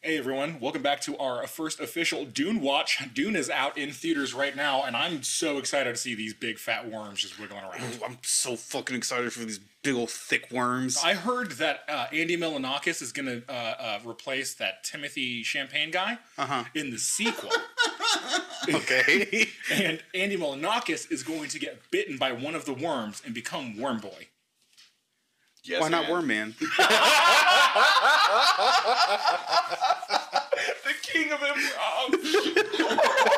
Hey everyone, welcome back to our first official Dune watch. Dune is out in theaters right now, and I'm so excited to see these big fat worms just wiggling around. I'm so fucking excited for these big old thick worms. I heard that uh, Andy Milanakis is going to uh, uh, replace that Timothy Champagne guy in the sequel, okay. and Andy Milanakis is going to get bitten by one of the worms and become Worm Boy. Yes, Why not and. Worm Man? The King of Improv.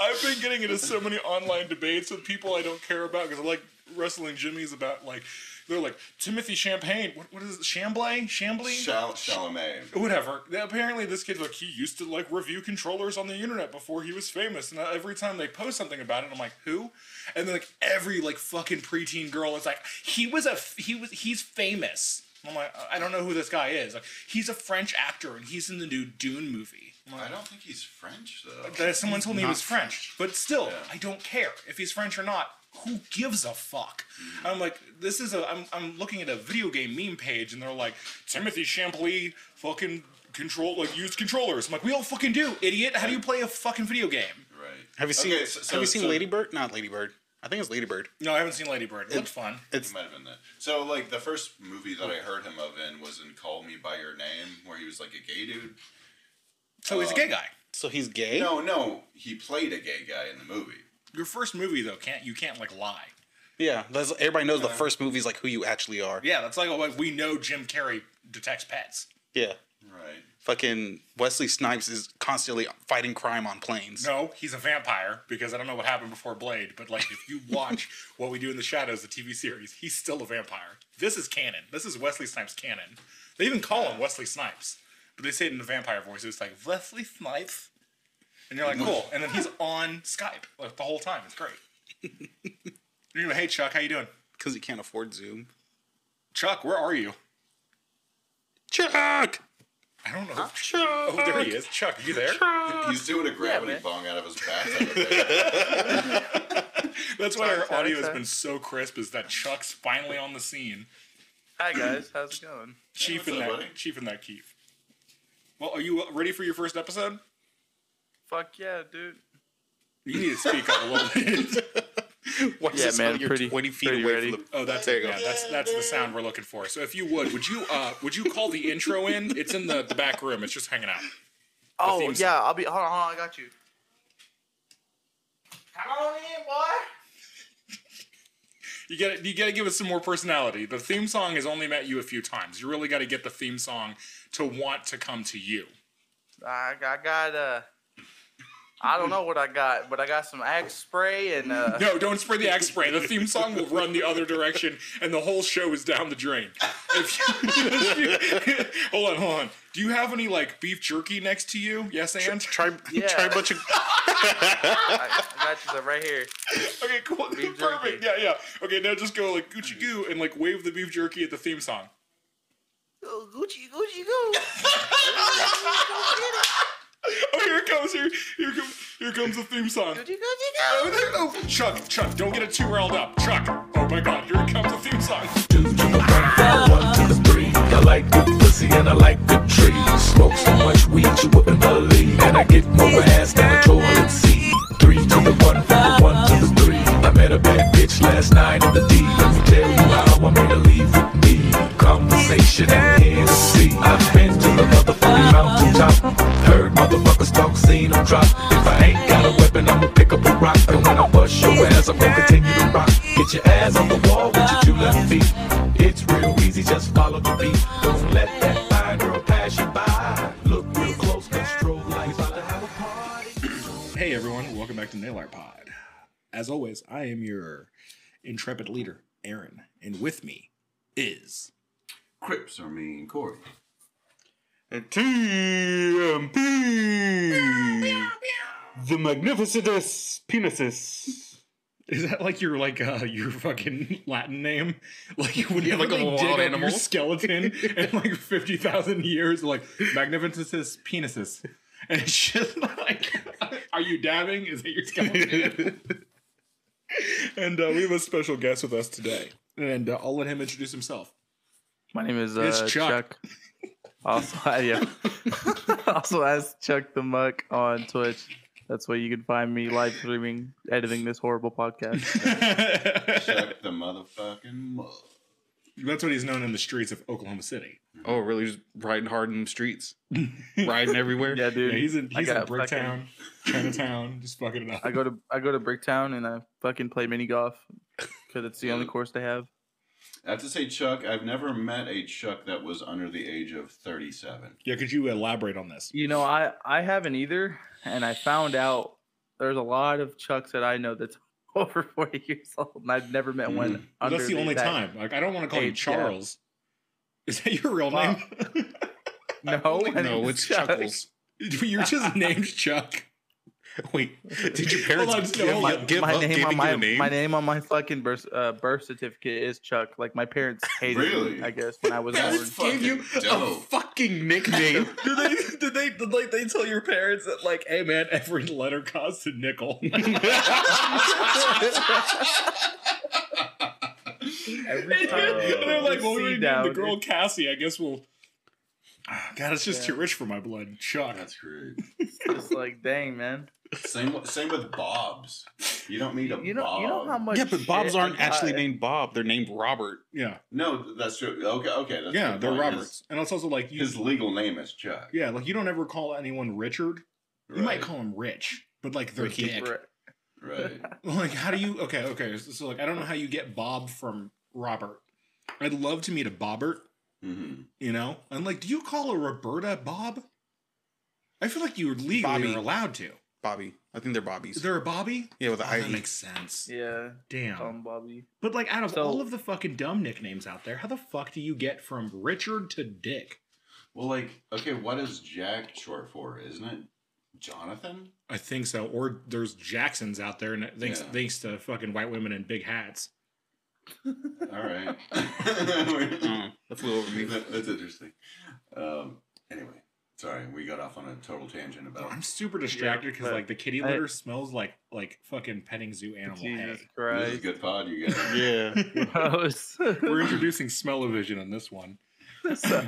I've been getting into so many online debates with people I don't care about because I like wrestling Jimmy's about like they're like Timothy Champagne. What, what is it? Chamblay? Chambly? Shall Chalamet. Whatever. Now, Apparently, this kid's like he used to like review controllers on the internet before he was famous, and every time they post something about it, I'm like, who? And then like every like fucking preteen girl is like, he was a f- he was he's famous. I'm like, I don't know who this guy is. Like, he's a French actor, and he's in the new Dune movie. I'm like, I don't think he's French though. that someone told me he Not was French. But still, Yeah. I don't care if he's French or not. Who gives a fuck? I'm like, this is a. I'm, I'm looking at a video game meme page and they're like, Timothy Champley fucking control, like, used controllers. I'm like, we all fucking do, idiot. How do you play a fucking video game? Right. Have you seen Okay, so- so- Have you seen so- Lady Bird? Not Lady Bird. I think it's Lady Bird. No, I haven't seen Lady Bird. It looked fun. It It's might have been that. So, like, the first movie that I heard him of in was in Call Me By Your Name, where he was like a gay dude. So he's a gay guy. so he's gay. No, no, he played a gay guy in the movie. Your first movie, though, can't you can't, like, lie. Yeah, that's, everybody knows the first movie's like who you actually are. Yeah, that's like, like we know Jim Carrey detects pets. Yeah. Right. Fucking Wesley Snipes is constantly fighting crime on planes. No, he's a vampire because I don't know what happened before Blade, but like if you watch what we do in the shadows, the TV series, he's still a vampire. This is canon. This is Wesley Snipes canon. They even call him Wesley Snipes, but they say it in the vampire voice. It's like Wesley Snipes, and you're like cool. And then he's on Skype like the whole time. It's great. Anyway, hey Chuck, how you doing? Because he can't afford Zoom. Chuck, where are you? Chuck! I don't know. Chuck. Chuck! Oh, there he is. Chuck, are you there? He's doing a gravity man. bong out of his back. That's why Sorry, our sorry, audio has sorry. been so crisp. Is that Chuck's finally on the scene? Hi guys, how's it going? Chief what's and up, that buddy? Chief and that Keef. Well, are you uh, ready for your first episode? Fuck yeah, dude. You need to speak up a little bit. Yeah, Why does it sound man, like you're pretty- 20 feet pretty away ready. from the. Oh, that's There you go. yeah, that's that's the sound we're looking for. So if you would, would you uh would you call the intro in? It's in the, the back room. It's just hanging out. Oh theme song. yeah, I'll be. Hold on, hold on, I got you. Come on in, boy. You got you got to give it some more personality. The theme song has only met you a few times. You really got to get the theme song to want to come to you. I, I got uh, I don't know what I got, but I got some axe spray and uh. No, don't spray the axe spray. The theme song will run the other direction, and the whole show is down the drain. If you, hold on, hold on. Do you have any like beef jerky next to you? Yes, and Try, Yeah. try a bunch of. I, I got you the- right here. okay, cool, Beef perfect. jerky. Yeah, yeah. Okay, now just go like Gucci Goo and like wave the beef jerky at the theme song. Go, Gucci, Gucci, go. Oh, here it comes. Here, here comes, here comes the theme song. Gucci, Gucci, Oh, go. there- oh, Chuck, Chuck, don't get it too riled up. Chuck, oh my God, here it comes the theme song. One, two, three. I like good pussy and I like good trees. Smoke so much weed you wouldn't believe. And I get more ass than a toilet seat. Three to the one, from the one to the three. I met a bad bitch last night in the D. Let me tell you how I made her leave with me. Conversation and Hennessy. I've been to the motherfucking mountaintop. Heard motherfuckers talk, seen them drop. If I ain't got a weapon, I'ma pick up a rock. And when I bust your ass, I'm gonna continue to rock. Get your ass on the wall with your two left feet. It's real easy, just follow the beat. Don't let that fine girl pass you by. Look real close, cause strobe lights about to have a party. Hey everyone, welcome back to Nail Art Pod. As always, I am your intrepid leader, Aaron, and with me is Crips are mean, Corey. TMP. The Magnificentus Penises. is that like your like uh your fucking Latin name? Like when you Yeah, like like a dig wild up animal. your skeleton in like fifty thousand years, like magnificent penises. And it's just like Are you dabbing? Is that your skeleton? and uh, we have a special guest with us today. and uh, I'll let him introduce himself. My name is It's uh, Chuck. Chuck. Also, yeah. also, as Chuck the Muck on Twitch. That's where you can find me live streaming, editing this horrible podcast. That's Chuck the motherfucking mug. what he's known in the streets of Oklahoma City. Oh, really? Just riding hard in the streets, riding everywhere. Yeah, dude. Yeah, he's in I he's in got fucking- Bricktown, Chinatown, just fucking it up. I go to I go to Bricktown and I fucking play mini golf because it's the only course they have. I have to say, Chuck, I've never met a Chuck that was under the age of 37. yeah, could you elaborate on this? You know, I I haven't either, and I found out there's a lot of Chucks that I know that's over 40 years old, and I've never met one. Mm. Mhm. Well, under that's the only that- time. Like, I don't want to call you age, yeah. Charles. Is that your real Wow. name? No, my name No, is it's Chuck. Chuckles. You're just named Chuck. Wait, did your Hold parents on, give, hold up- on. give my up name giving on you my a name? my name on my fucking birth uh, birth certificate is Chuck. Like my parents hated Really? me, I guess, when I was That's born. Parents gave you fucking a dope. fucking nickname. did they? Did they? Did like they tell your parents that like, hey man, every letter costs a nickel. Every time. And they're like, well, we See already named now, the girl Cassie. I guess we'll. Ah, God, it's just Yeah. too rich for my blood. Chuck. That's great. It's like, dang, man. Same, same with Bob's. You don't meet a You know, Bob. you know how much. Yeah, but Oh, shit uh, Bob's I aren't got- actually named Bob. They're named Robert. Yeah, No, that's true. Okay, okay. That's yeah, a good they're point. Roberts, and it's also like you. His, his legal name is Chuck. yeah, like you don't ever call anyone Richard. You might Right, call him Rich, but like they're Ricky. dick. Right. Right. Like, how do you? Okay, okay. So, so, like, I don't know how you get Bob from Robert. I'd love to meet a Bobbert. Mhm. You know, and like, do you call a Roberta Bob? I feel like you legally Bobby. are allowed to. Bobby. I think they're Bobbies. Is there a Bobby? yeah, with Oh, the I. that makes sense. Yeah, Damn. call him Bobby. But like out of So- all of the fucking dumb nicknames out there, how the fuck do you get from Richard to Dick? Well, like, okay, what is Jack short for? Isn't it Jonathan? I think so. Or there's Jacksons out there, and thanks Yeah. thanks to fucking white women in big hats. All right. Mm, that flew over me. That- that's interesting. Um, anyway, sorry, we got off on a total tangent about. I'm super distracted because but like the kitty I- litter smells like like fucking petting zoo animal hay. Jesus This is Christ. a good pod, you guys. Yeah. Gross. We're introducing smell-o-vision on this one. so,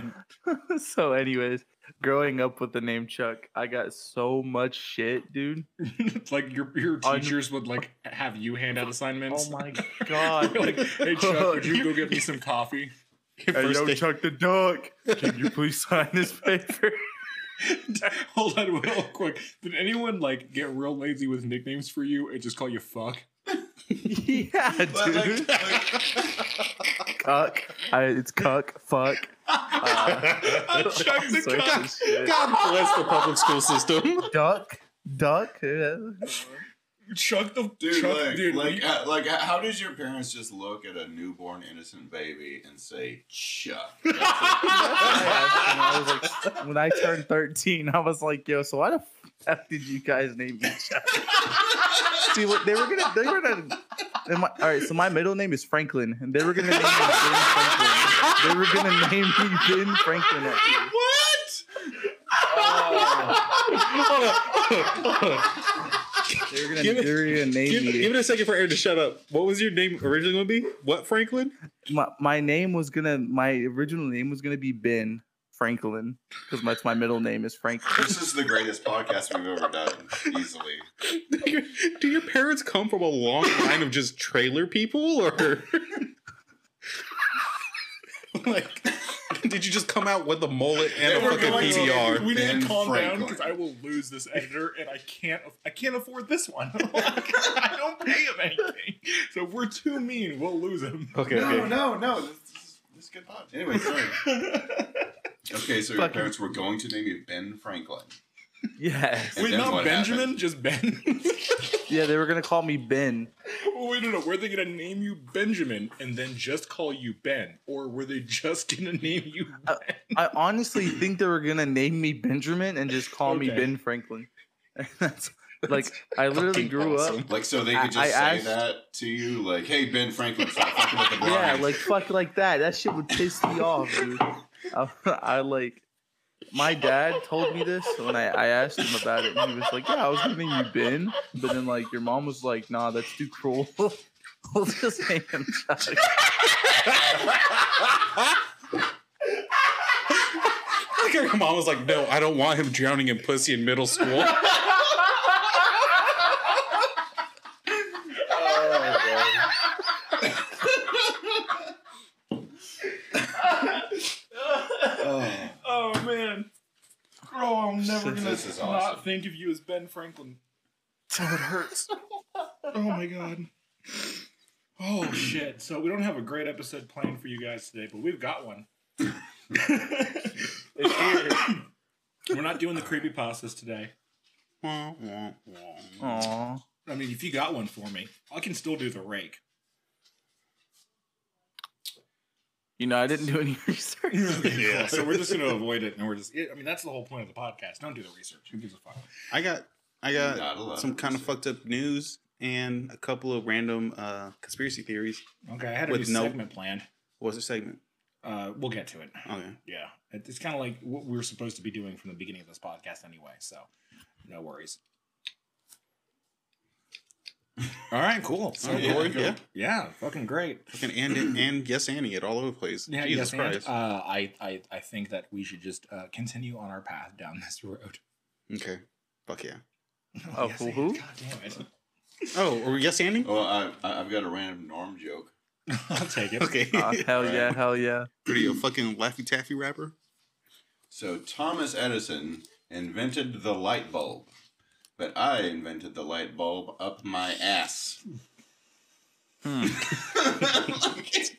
so anyways growing up with the name chuck i got so much shit dude it's like your your Un- teachers would like have you hand out assignments. oh my god like, hey Chuck, would you go get me some coffee? Hey, First yo, day- Chuck the dog. Can you please sign this paper? Hold on, real quick. Did anyone like get real lazy with nicknames for you and just call you fuck? yeah, But, like, dude. like- Cuck. I, it's cuck. Fuck. Uh, Chuck the Sorry, cock. this shit. God bless the public school system. Duck. Duck. Yeah. Chuck the Dude, Chuck, like, dude, like, we- uh, like, how does your parents just look at a newborn innocent baby and say Chuck? That's I it. was like, when I turned 13, I was like, yo, so why the fuck did you guys name me Chuck? See, what they were gonna, they were gonna, and my, all right, so my middle name is Franklin, and they were gonna name me Ben Franklin. They were gonna name me Ben Franklin after me. They were gonna, Give it- they were gonna name give, me. give it a second for Aaron to shut up. What was your name originally going to be? What, Franklin? my, my name was gonna, my original name was gonna be Ben Franklin, because that's my middle name is Franklin. this is the greatest podcast we've ever done, easily. Do your parents come from a long line of just trailer people, or like, did you just come out with a mullet and We're a fucking going- PBR? We need Ben to calm down Franklin. because I will lose this editor, and I can't. I can't afford this one. I don't pay him anything, so if we're too mean. We'll lose him. Okay, No, okay. no, no. This, this, this is good pod. Anyway, sorry. Okay, so your Fucking- parents were going to name you Ben Franklin. Yes. And Wait, then not what Benjamin, happened? just Ben. Yeah, they were gonna call me Ben. well, wait, no, no. Were they gonna name you Benjamin and then just call you Ben, or were they just gonna name you? Uh, I honestly think they were gonna name me Benjamin and just call me Okay. Ben Franklin. That's like I literally fucking grew awesome. up. Like, so they I- could just I say asked- that to you, like, "Hey, Ben Franklin, stop fucking with the Yeah, Brownies." like fuck like that. That shit would piss me off, dude. I, I like my dad told me this when I, I asked him about it. And he was like, "Yeah, I was gonna name you Ben," but then like your mom was like, "Nah, that's too cruel. we'll just name him Chuck." mom was like, "No, I don't want him drowning in pussy in middle school." Oh man. Oh, I'm never Shit, gonna this is not awesome. think of you as Ben Franklin. Oh, it hurts. oh my god. Oh shit. So we don't have a great episode planned for you guys today, but we've got one. it's here. We're not doing the creepy pastas today. Aw. I mean, if you got one for me, I can still do the rake. You know, I didn't do any research. yeah. So we're just gonna avoid it, and we're just. I mean, that's the whole point of the podcast. Don't do the research. Who gives a fuck? I got I Not a lot got some of kind of research. fucked up news and a couple of random uh, conspiracy theories. Okay, I had a With new no- segment planned. What's the segment? Oh, Uh, we'll get to it. Okay. Yeah, It- it's kind of like what we were supposed to be doing from the beginning of this podcast, anyway. So, no worries. All right, cool. So, yeah, Corey, go. yeah. Yeah, fucking great. Fucking and and yes, Annie it all over the place. Yeah, yes, Jesus and, Christ. uh, I, I, I think that we should just uh, continue on our path down this road. okay. Fuck yeah. Oh, Yes, who- and- who? God damn it! Oh, or yes, Annie. Well, I, I- I've got a random norm joke. I'll take it. Okay. Aw, Oh, hell yeah, hell yeah. Pretty a fucking laffy taffy rapper. So Thomas Edison invented the light bulb, but I invented the light bulb up my ass. it's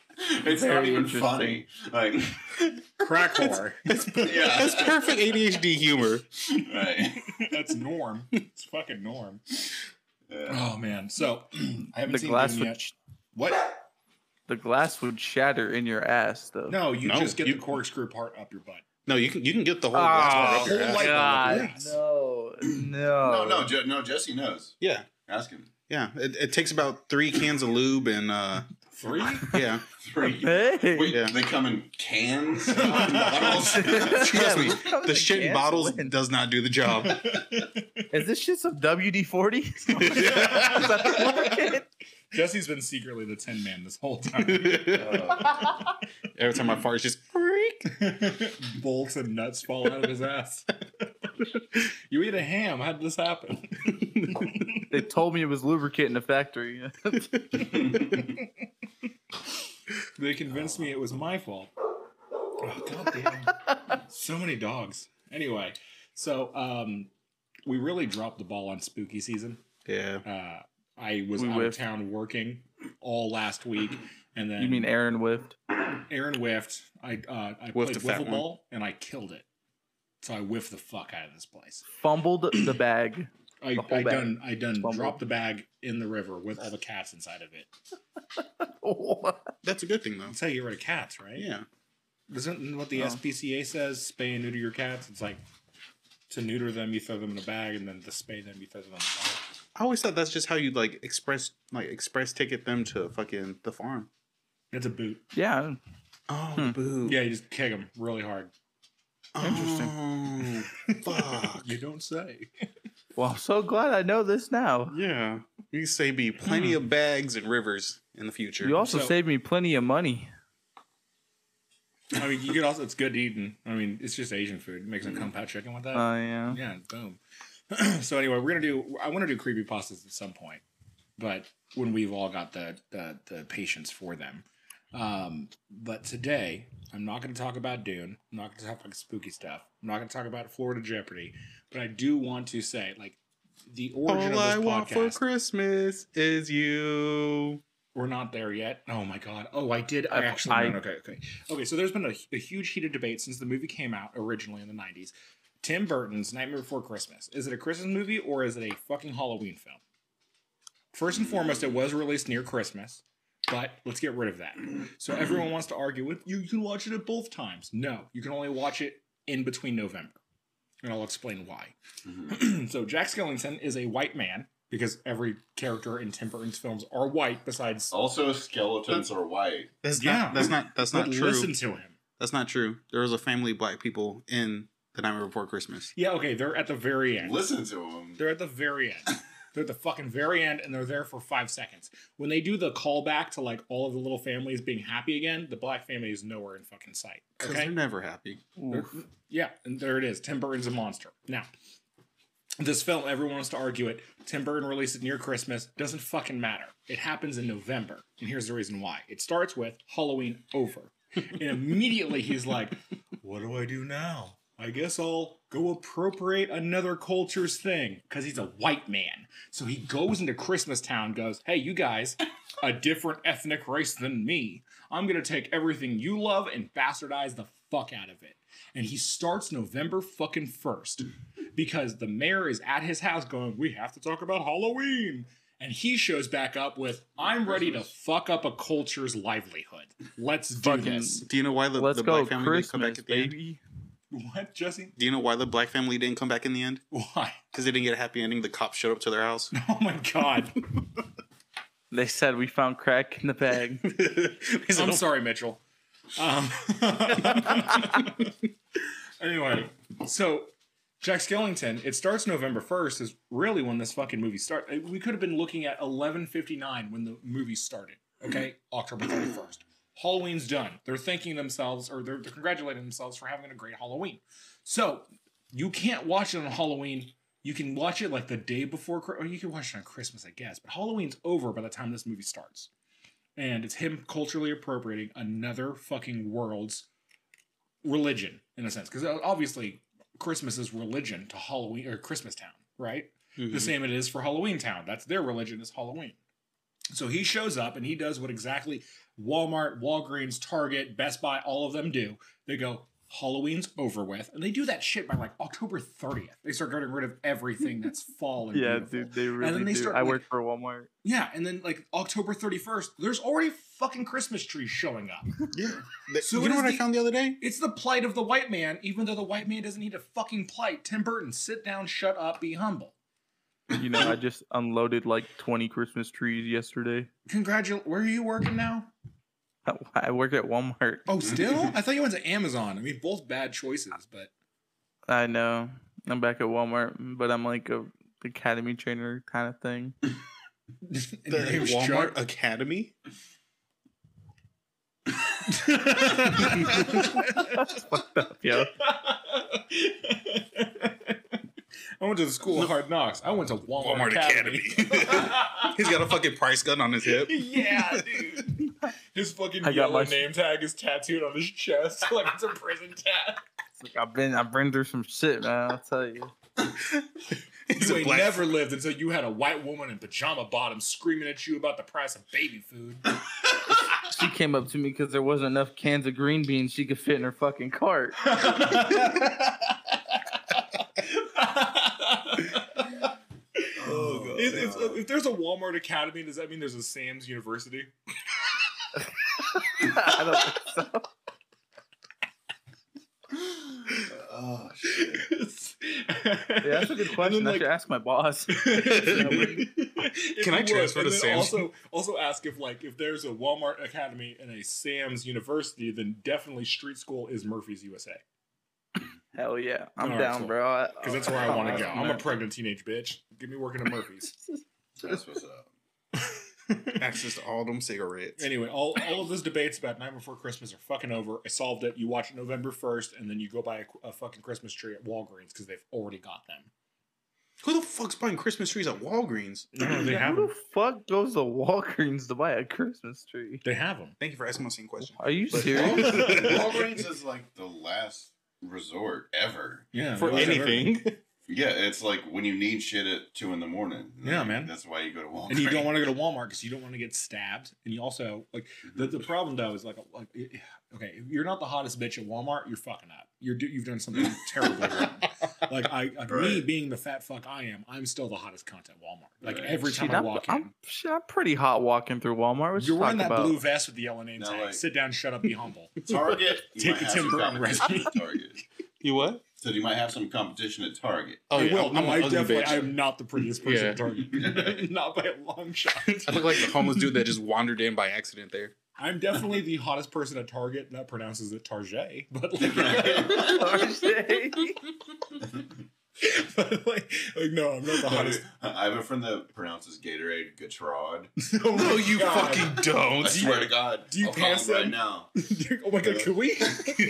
not Very even interesting. funny. Like, Crack whore. yeah, That's perfect ADHD humor. right. That's Norm. It's fucking Norm. Yeah. Oh man. So I haven't The seen glass Doom would- yet. What? The glass would shatter in your ass, though. No, you No, just get you- the corkscrew part up your butt. No, you can you can get the whole Oh, glass up your Ah, whole ass. light- God, Yes. no, No, no, no, Je- no. Jesse knows. Yeah, Ask him. yeah. It, it takes about three cans of lube and uh Three? yeah. Three. Hey, Wait, Yeah. they come in cans, not in bottles. Trust me, How the does shit in gas bottles win? does not do the job. Is this shit some WD forty? Jesse's been secretly the Tin Man this whole time. Every time I fart, it's just Bolts and nuts fall out of his ass. you eat a ham. How did this happen? they told me it was lubricant in the factory. They convinced me it was my fault. Oh, goddamn. so many dogs. Anyway, so um, we really dropped the ball on spooky season. yeah. Uh, I was We out whiffed. of town working all last week, and then you mean Aaron whiffed? Aaron whiffed. I uh, I Whiffed a played fat wiffle one. ball and I killed it. So I whiffed the fuck out of this place. Fumbled the bag. I, The whole I bag. done I done Fumble. dropped the bag in the river with all the cats inside of it. That's a good thing though. That's how you get rid of cats, right? Yeah. Isn't what the Oh. SPCA says? Spay and neuter your cats. It's like to neuter them, you throw them in a bag, and then to spay them, you throw them in a bag. I always thought that's just how you like express like express ticket them to fucking the farm. It's a boot. yeah, Oh boo. Yeah, you just kick them really hard. Oh. Interesting. fuck. You don't say. well, I'm so glad I know this now. yeah. You say be plenty of bags and rivers in the future. You also So- saved me plenty of money. I mean, you could also it's good eating. I mean, it's just Asian food. Make some compound chicken with that. Oh yeah. Yeah, boom. so anyway, we're gonna do. I want to do creepy pastas at some point, but when we've all got the the, the patience for them. Um, but today, I'm not gonna talk about Dune. I'm not gonna talk about spooky stuff. I'm not gonna talk about Florida Jeopardy. But I do want to say, like, the origin All I of this want for podcast. Christmas is you. We're not there yet. Oh my god. Oh, I did. I I- actually. I- no, no, okay, okay, okay. So there's been a, a huge heated debate since the movie came out originally in the '90s. Tim Burton's Nightmare Before Christmas is it a Christmas movie or is it a fucking Halloween film? First and foremost, it was released near Christmas, but let's get rid of that. So everyone wants to argue with you. Can watch it at both times. No, you can only watch it in between November, and I'll explain why. so Jack Skellington is a white man because every character in Tim Burton's films are white besides Also, skeletons are white. That's Yeah. not that's not that's not but true. Listen to him. That's not true. There was a family of black people in the Nightmare Before Christmas. Yeah, okay, they're at the very end. Listen to them. They're at the very end. They're at the fucking very end and they're there for five seconds. When they do the callback to like all of the little families being happy again, the black family is nowhere in fucking sight. Because Okay. they're never happy. Yeah, and there it is. Tim Burton's a monster. Now, this film, everyone wants to argue it. Tim Burton released it near Christmas. Doesn't fucking matter. It happens in November. And here's the reason why it starts with Halloween over. And immediately he's like, What do I do now? I guess I'll go appropriate another culture's thing. Because he's a white man. So he goes into Christmas Town, goes, Hey, you guys, a different ethnic race than me. I'm going to take everything you love and bastardize the fuck out of it and he starts November fucking first because the mayor is at his house going, "We have to talk about Halloween," and he shows back up with, "I'm ready to fuck up a culture's livelihood. Let's do Fucking- this." Do you know why the, Let's the go black family didn't come Christmas, back at the end? baby. What, Jesse? Do you know why the black family didn't come back in the end? Why? Because they didn't get a happy ending. The cops showed up to their house. Oh my god! They said we found crack in the bag. I'm sorry, Mitchell. Um, anyway, so Jack Skellington. It starts November first. Is really when this fucking movie start. uh, We could have been looking at 11:59 when the movie started. Okay, October 31st. Halloween's done. They're thanking themselves or they're, they're congratulating themselves for having a great Halloween. So you can't watch it on Halloween. You can watch it like the day before, Chri- or you can watch it on Christmas, I guess. But Halloween's over by the time this movie starts and it's him culturally appropriating another fucking world's religion in a sense because obviously christmas is religion to halloween or christmas town right Mm-hmm. the Mhm. same it is for halloween town that's their religion is halloween so he shows up and he does what exactly walmart walgreens target best buy all of them do they go halloween's over with and they do that shit by like october 30th they start getting rid of everything that's fall and yeah, beautiful. dude, they really then they do. start, I like- work for Walmart. Yeah, and then like October 31st, there's already fucking Christmas trees showing up. They- So you know it is what I the- found the other day? It's the plight of the white man, even though the white man doesn't need a fucking plight. Tim Burton, sit down, shut up, be humble. You know, I just unloaded like 20 Christmas trees yesterday. Congratulate. Where are you working now? I work at Walmart. Oh, still? I thought you went to Amazon. I mean, both bad choices, but I know. I'm back at Walmart, but I'm like a academy trainer kind of thing. And your name's Chuck? Academy? Yeah. I went to the school of hard knocks. I went to Walmart, Academy. He's got a fucking price gun on his hip. yeah, dude. His fucking I got yellow my- name tag is tattooed on his chest like it's a prison tat. I've been I've been through some shit, man. I'll tell you. He's you a ain't black. never lived until you had a white woman in pajama bottoms screaming at you about the price of baby food. She came up to me because there wasn't enough cans of green beans she could fit in her fucking cart. Oh, If- if- if there's a Walmart Academy, does that mean there's a Sam's University? I don't think so. oh shit. Yeah, that's a good question. I should ask my boss. Can I transfer to Sam's? Also, also ask if like if there's a Walmart Academy and a Sam's University, then definitely Street School is Murphy's USA Hell yeah. I'm All right, down, cool. bro. I- because Oh, that's where I I'll want to ask go. him I'm a that. pregnant teenage bitch. Get me working at Murphy's. That's what's up. Access to all them cigarettes. Anyway, all, all of those debates about Night Before Christmas are fucking over. I solved it. You watch it November 1st, and then you go buy a, a fucking Christmas tree at Walgreens because they've already got them. Who the fuck's buying Christmas trees at Walgreens? they Yeah, have who them. the fuck goes to Walgreens to buy a Christmas tree? They have them. Thank you for asking my same question. Are you But- serious? Walgreens is like the last resort ever. Yeah. For whatever. anything. Yeah, it's like when you need shit at two in the morning. Yeah, man. That's why you go to Walgreens. And you don't want to go to Walmart because you don't want to get stabbed. And you also, like, the, the problem though is like, like, okay, if you're not the hottest bitch at Walmart, you're fucking up. You're, do- you've done something terribly wrong. Like, I, like me Right. being the fat fuck I am, I'm still the hottest cunt at Walmart. Like, Right. every time Shit, I I'm, walk in. I'm, shit, I'm pretty hot walking through Walmart. What You're you wearing talking that about? blue vest with the yellow name No, tag. like- Sit down, shut up, be humble. Target. you Take might a have Tim some Burton competition recipe. at Target. You what? So you might have some competition at Target. Oh, I yeah, will. I'm- I'm i an ugly definitely. bitch. I am not the prettiest person Yeah. at Target. not by a long shot. I look like the homeless dude that just wandered in by accident there. I'm definitely the hottest person at Target. That pronounces it Target, but like, Target. but like, like, no, I'm not the hottest. I have a friend that pronounces Gatorade Gatorade. Oh my No, you God. fucking I don't. swear to God. do you I'll call pass him right them? now? oh my god, can we?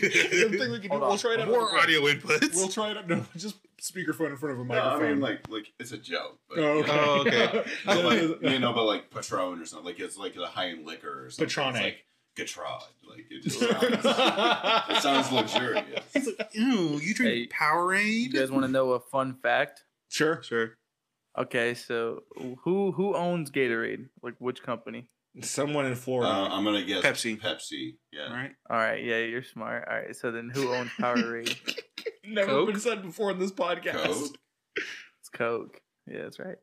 Something we can do. Hold We'll on. try it out. More audio inputs. We'll try it out. No, just speakerphone in front of a No, I microphone. mean, like, like it's a joke. But, oh, okay. Oh, okay. you know, like, you know, but like Patron or something. Like it's like the high end liquor or something. Patrone. It's like Gatorade. Like it just sounds, it sounds luxurious. Ew, you drink Hey, You Powerade? guys want to know a fun fact? sure. Sure. Okay, so who who owns Gatorade? Like which company? Someone in Uh, Florida. I'm gonna guess Pepsi. Pepsi. All Yeah. right. All right, yeah, you're smart. All right, so then who owns Powerade? Never Coke? been said before in this podcast. Coke? it's Coke. Yeah, that's right.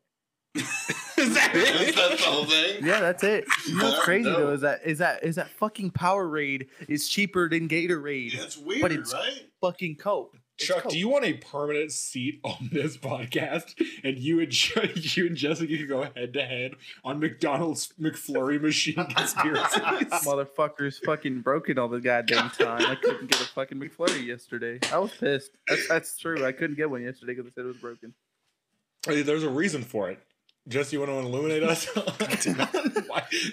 Is that That's the whole thing. Yeah, that's it. You know what's Yeah, crazy no. though is that is that is that fucking Powerade is cheaper than Gatorade. That's weird, But it's- right? Fucking Coke. It's Chuck, Coke. do you want a permanent seat on this podcast? And you and Ch- you and Jessica can go head to head on McDonald's McFlurry machine conspiracies. motherfuckers fucking broken all the goddamn time. I couldn't get a fucking McFlurry yesterday. I was pissed. That's, that's true. I couldn't get one yesterday because they said it was broken. Hey, There's a reason for it. Jess, you want to illuminate us? Why? It's like-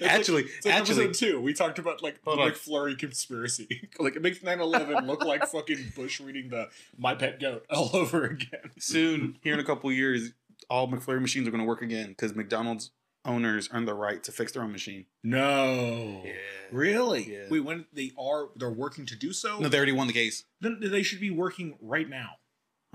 Actually, it's like actually, episode two, we talked about like the Hold on. McFlurry conspiracy. like it makes 9-11 look like fucking Bush reading the "My Pet Goat" all over again. soon, here in a couple years, all McFlurry machines are going to work again because McDonald's owners earn the right to fix their own machine. No, really? Yeah. Wait, when they are they're working to do so, No, they already won the case. then they should be working right now.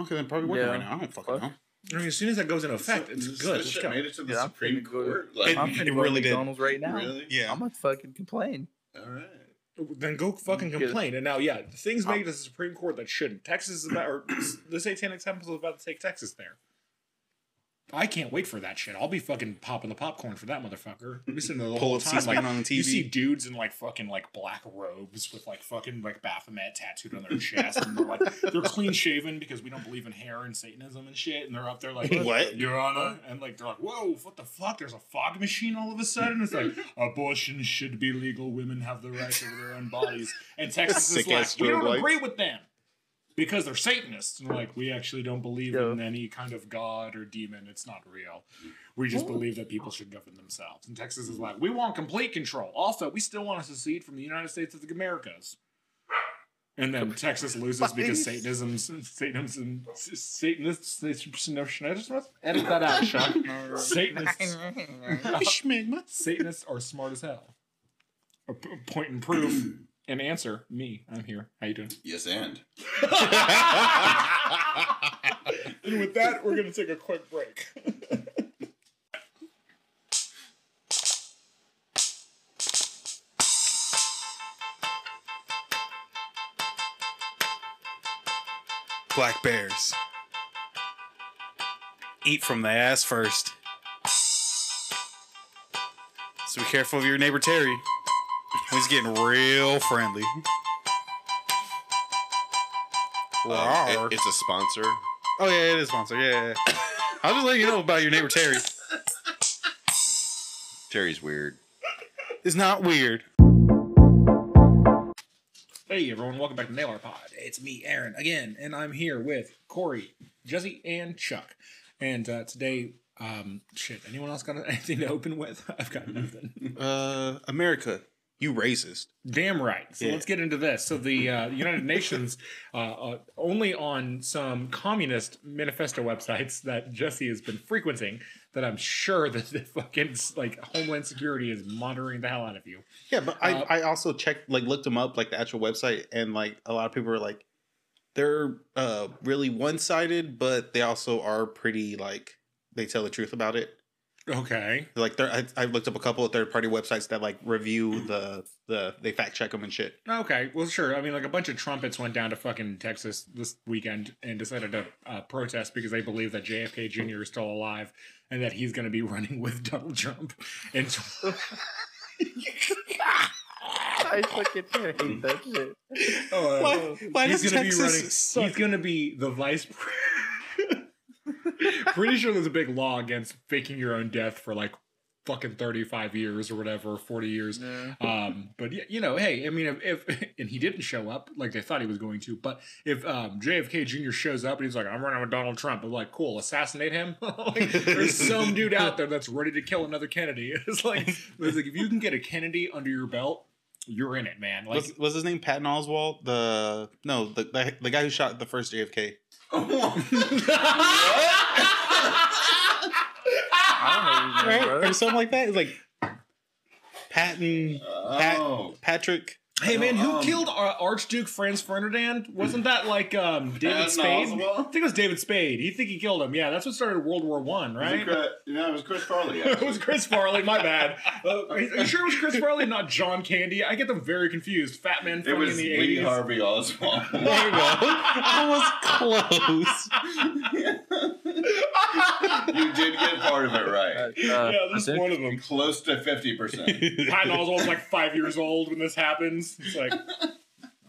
Okay, they're probably working Yeah. right now. I don't fucking Fuck. know. I mean, as soon as that goes into effect, So- it's this- good. This Let's shit go. made it to the Yeah, I'm Supreme finna go to- Court. Like, I'm It gonna go really to did. McDonald's right now. really? Yeah. I'm gonna fucking complain. All right. Then go fucking Good. complain. And now, yeah, things made it to the Supreme Court that shouldn't. Texas is about, or the Satanic Temple is about to take Texas there. I can't wait for that shit. I'll be fucking popping the popcorn for that motherfucker. I'll be sitting there the Pull whole up time. C-SPAN Like, on the TV. you see dudes in like fucking like black robes with like fucking like Baphomet tattooed on their chest, and they're like they're clean shaven because we don't believe in hair and Satanism and shit. And they're up there like, What? Your Honor?" And like they're like, "Whoa, what the fuck?" There's a fog machine all of a sudden. It's like abortion should be legal. Women have the right over their own bodies. And Texas is like, Sick-ass we don't strobe agree with them because they're Satanists. And we're like, we actually don't believe Yeah. in any kind of god or demon. It's not real. We just believe that people should govern themselves. And Texas is like, we want complete control. Also, we still want to secede from the United States of the Americas. And then Texas loses because Nice. Satanism's Satanism Satanists edit that out, Chuck. Satanists Satanists are smart as hell. A p- point and proof and answer me. I'm here. How you doing? Yes, and. and with that, we're gonna take a quick break. Black bears. Eat from the ass first. So be careful of your neighbor Terry. He's getting real friendly. Um, Rawr. it- it's a sponsor. oh yeah, it is sponsor. Yeah, yeah, yeah. I'll just let you know about your neighbor Terry. Terry's weird. It's not weird. Hey everyone, welcome back to Nail Art Pod. It's me, Aaron, again, and I'm here with Corey, Jesse, and Chuck. And uh, today, um, shit, anyone else got anything to open with? I've got nothing. Uh, America, you racist. Damn right. So Yeah. let's get into this. So the uh, United Nations, uh, uh, only on some communist manifesto websites that Jesse has been frequenting, that I'm sure that the fucking like Homeland Security is monitoring the hell out of you. Yeah, but I, Uh, I also checked like looked them up like the actual website and like a lot of people are like they're uh really one sided, but they also are pretty like they tell the truth about it. Okay. Like they're, I, I looked up a couple of third party websites that like review the the they fact check them and shit. Okay, well, sure. I mean, like a bunch of trumpets went down to fucking Texas this weekend and decided to uh, protest because they believe that JFK Jr. is still alive and that he's going to be running with Donald Trump. And I fucking Hmm. hate that shit. uh, why he's does going to be Texas running. suck? He's going to be the vice. pre- Pretty sure there's a big law against faking your own death for like fucking 35 years or whatever, 40 years. Um, but y- you know, hey, I mean, if, if and he didn't show up like they thought he was going to, but if um, JFK Jr. shows up and he's like, "I'm running with Donald Trump," I'm like, "Cool, assassinate him." Like, there's some dude out there that's ready to kill another Kennedy. It's like, it's like if you can get a Kennedy under your belt, you're in it, man. Like, was, was his name Patton Oswald? The no, the, the the guy who shot the first JFK. Oh. I don't even know, or something like that. It's like Patton oh, Patrick. hey, man, who um, killed Ar- Archduke Franz Ferdinand? Wasn't that like um, David Patton Spade? Oswalt? I think it was David Spade. He think he killed him. Yeah, that's what started World War One, was right? it Chris, no, it was Chris Farley. it actually. was Chris Farley. My bad. Uh, are you sure it was Chris Farley, not John Candy? I get them very confused. Fat man It fighting in was the Lee eighties. Harvey Oswald. There you go. I was you did get part of it right. bro. Uh, yeah, that's I think- one of them. Close to 50%. close. Patton Oswalt's like five years old when this happens. It's like.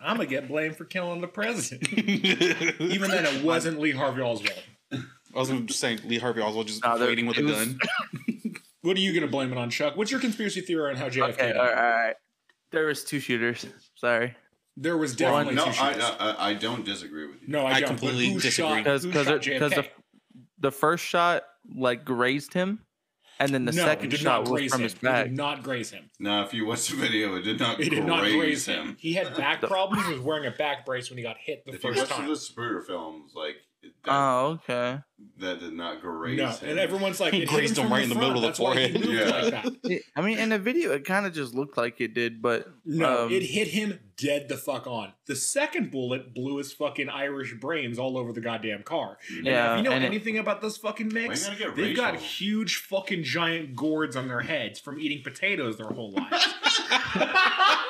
I'm gonna get blamed for killing the president. Even then, it wasn't Lee Harvey Oswald. I was just saying Lee Harvey Oswald just No, there- waiting with it a was- gun. What are you gonna blame it on, Chuck? What's your conspiracy theory on how JFK? okay, died? all right, all right. There was two shooters. Sorry, There was definitely no, two I, uh, shooters. I, I don't disagree with you. no, I, I don't, but completely who disagree. shot- because who because shot JFK? the the first shot like grazed him, and then the no, it second did not shot was graze from him. his It back. did not graze him. No, if you watch the video, it did not It did not graze him. him. He had back The- problems. He was wearing a back brace when he got hit the If you first watch time. the Spooter films, like that, Oh, okay. that did not graze No, him. and everyone's like, He it hit grazed him from right in the front. middle of the That's why he forehead. moved Yeah. like that. I mean, in the video, it kind of just looked like it did, but No, um, it hit him dead the fuck on. The second bullet blew his fucking Irish brains all over the goddamn car. And Yeah, if you know Uh, and it- anything about this fucking Why you mix, gotta get they've got racial? huge fucking giant gourds on their heads from eating potatoes their whole lives.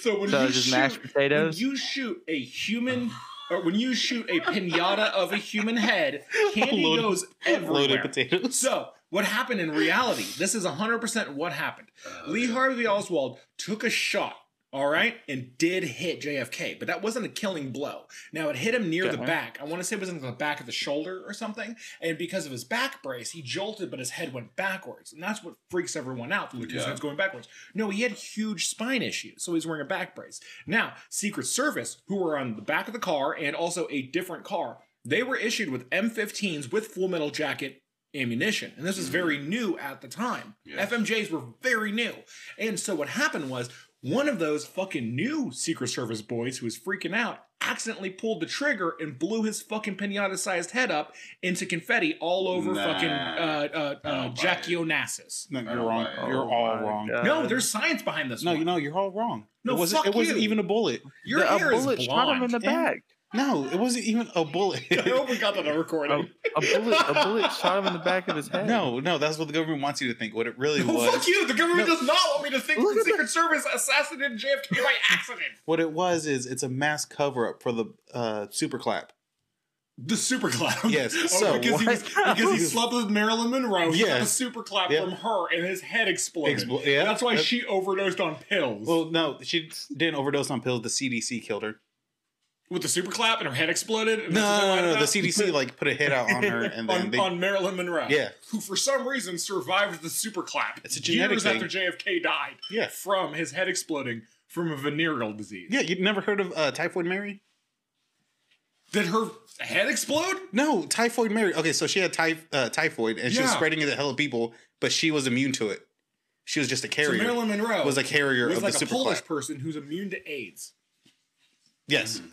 so when so you just shoot, mashed when potatoes. you shoot a human or when you shoot a pinata of a human head, candy Loaded- goes Loaded everywhere. potatoes. So what happened in reality? This is 100% what happened. Lee Harvey Oswald took a shot, all right, and did hit JFK, but that wasn't a killing blow. Now it hit him near the Okay. back. I want to say it was in the back of the shoulder or something. And because of his back brace, he jolted, but his head went backwards, and that's what freaks everyone out. Because Yeah. his head's going backwards. No, he had huge spine issues, so he's wearing a back brace. Now, Secret Service, who were on the back of the car and also a different car, they were issued with M15s with full metal jacket ammunition. And this was very Mm-hmm. new at the time. Yeah. FMJs were very new. And so what happened was one of those fucking new Secret Service boys who was freaking out accidentally pulled the trigger and blew his fucking pinata sized head up into confetti all over Nah. fucking uh, uh, I uh, don't buy Jackie it. Onassis. No, you're Oh wrong. my You're Oh all my wrong. God. No, there's science behind this. No, one. you know you're all wrong. No, it wasn't, fuck it wasn't you. even a bullet. Your The- a hair is bullet blonde. shot him in the back. No, it wasn't even a bullet. I hope we got that on recording. A bullet, a bullet shot him in the back of his head. no, no, that's what the government wants you to think. What it Oh, really Well, was. fuck you! The government No. does not want me to think Look the at Secret Service assassinated JFK by accident. What it was is it's a mass cover up for the uh, super clap. The super clap. Yes, Oh, so because he what? was, because he slept with Marilyn Monroe. He got the Yes. super clap Yep. from her, and his head exploded. Explo- yeah. That's why That- she overdosed on pills Well, no, she didn't overdose on pills. The CDC killed her. with the super clap, and her head exploded. and No, that's what no, they no, lied no, The about? CDC like put a hit out on her, and then on, they. on Marilyn Monroe. Yeah. Who, for some reason, survived the super clap. It's a genetic years thing. after JFK died Yeah. from his head exploding from a venereal disease. Yeah, you'd never heard of uh, Typhoid Mary? Did her head explode? No, Typhoid Mary. Okay, so she had typh- uh, typhoid, and she was Yeah. spreading it to hell of people, but she was immune to it. She was just a So carrier. Marilyn Monroe was a carrier was of like the a super Polish clap. person who's immune to AIDS. Yes. Hmm.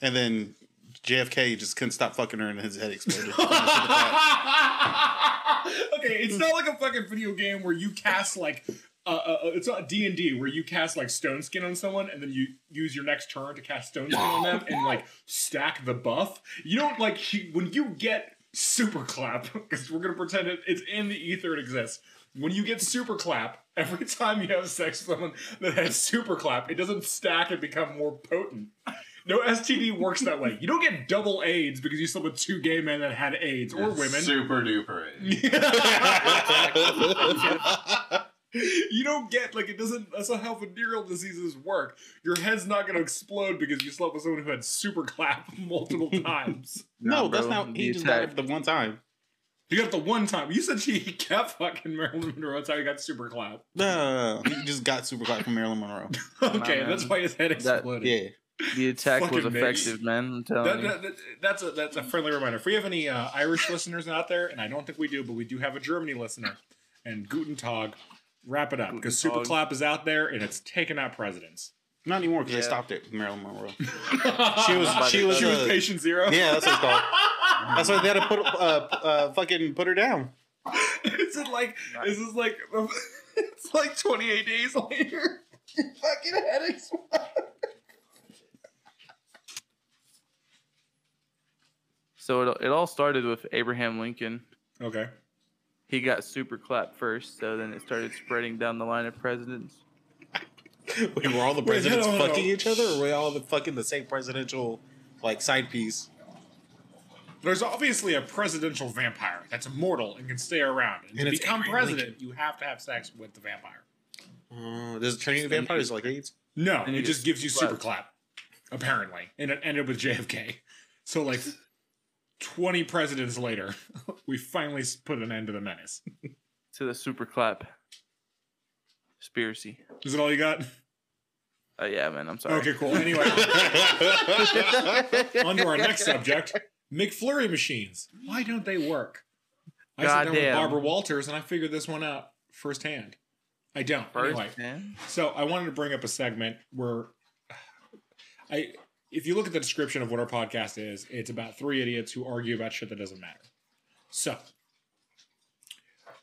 And then JFK just couldn't stop fucking her, and his head exploded. okay, it's not like a fucking video game where you cast like uh, uh, uh, it's not D and D where you cast like stone skin on someone and then you use your next turn to cast stone skin on them and like stack the buff. You don't like he- when you get super clap because we're gonna pretend it, it's in the ether it exists. When you get super clap, every time you have sex with someone that has super clap, it doesn't stack and become more potent. No STD works that way. You don't get double AIDS because you slept with two gay men that had AIDS or women. Super duper. AIDS. you don't get like it doesn't. That's not how venereal diseases work. Your head's not going to explode because you slept with someone who had super clap multiple times. no, Nah, that's bro. not. The He just attack- died the one time. You got the one time. You said she got fucking Marilyn Monroe. That's how you got super clap. No, he just got super clap from Marilyn Monroe. okay, man. that's why his head That- exploded. Yeah, The attack was Fucking babies. effective, man. I'm telling That, you. that, that- that's a that's a friendly reminder. If we have any uh, Irish listeners out there, and I don't think we do, but we do have a Germany listener, and Guten Tag, wrap it up Guten because Tag. Super Clap is out there and it's taking out presidents. not anymore because Yeah. they stopped it. with Marilyn Monroe. she She was she was, she was uh, patient zero. Yeah, that's what it's called. That's why they had to put uh, uh fucking put her down. is it like is this like it's like 28 days later? Your fucking head exploded. So it, it all started with Abraham Lincoln. Okay. He got super clapped first, so then it started spreading down the line of presidents. Wait, were all the Wait, presidents hold on, hold fucking on. each other, or were all the fucking the same presidential like side piece? There's obviously a presidential vampire that's immortal and can stay around. And, to And it's become Abraham president, you have to have sex with the vampire. Uh, does it turn you into vampires like AIDS? No, And it you just get gives you super slapped. clap, apparently. And it ended with JFK. So, like, 20 presidents later, we finally s- put an end to the menace. To the super clap. Conspiracy. Is that all you got? Oh yeah, man. I'm sorry. Okay, cool. Anyway, on to our next subject McFlurry machines. Why don't they work? I sat down with Goddamn. Barbara Walters and I figured this one out firsthand. I don't. First, anyway, man. So I wanted to bring up a segment where I if you look at the description of what our podcast is, it's about three idiots who argue about shit that doesn't matter. So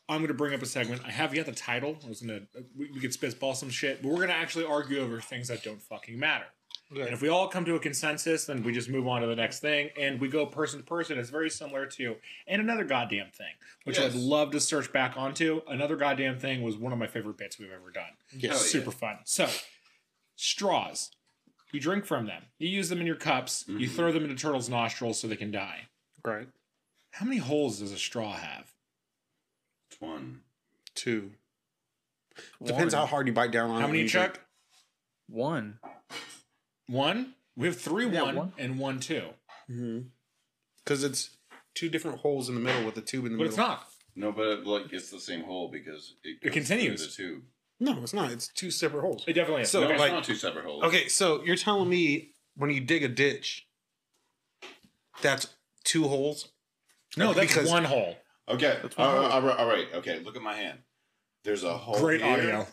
I'm going to bring up a segment. I have yet the title. I was going to we, we could spitball some shit, but we're going to actually argue over things that don't fucking matter. And if we all come to a consensus, then we just move on to the next thing and we go person to person. It's very similar to and another goddamn thing, which Yes. I'd love to search back onto. Another goddamn thing was one of my favorite bits we've ever done. Hell yeah. Super fun. So, straws. You drink from them. You use them in your cups. You Mhm. throw them into turtles' nostrils so they can die. Right. How many holes does a straw have? It's one. Two. Depends how hard you bite down on. How it many, when you drink. Chuck? One. One? We have three Yeah, one, one. and one two. Because it's two different holes in the middle with a tube in the But middle. it's not. No, but like it's the same hole because it, It goes through continues. The tube. No, it's not. It's two separate holes. It definitely is. So, No, okay. it's like- not two separate holes. Okay, so you're telling me when you dig a ditch, that's two holes? no, that's because- one hole. Okay. That's one All hole. right, all right. All right. Okay. Look at my hand. There's a hole. Great here, audio.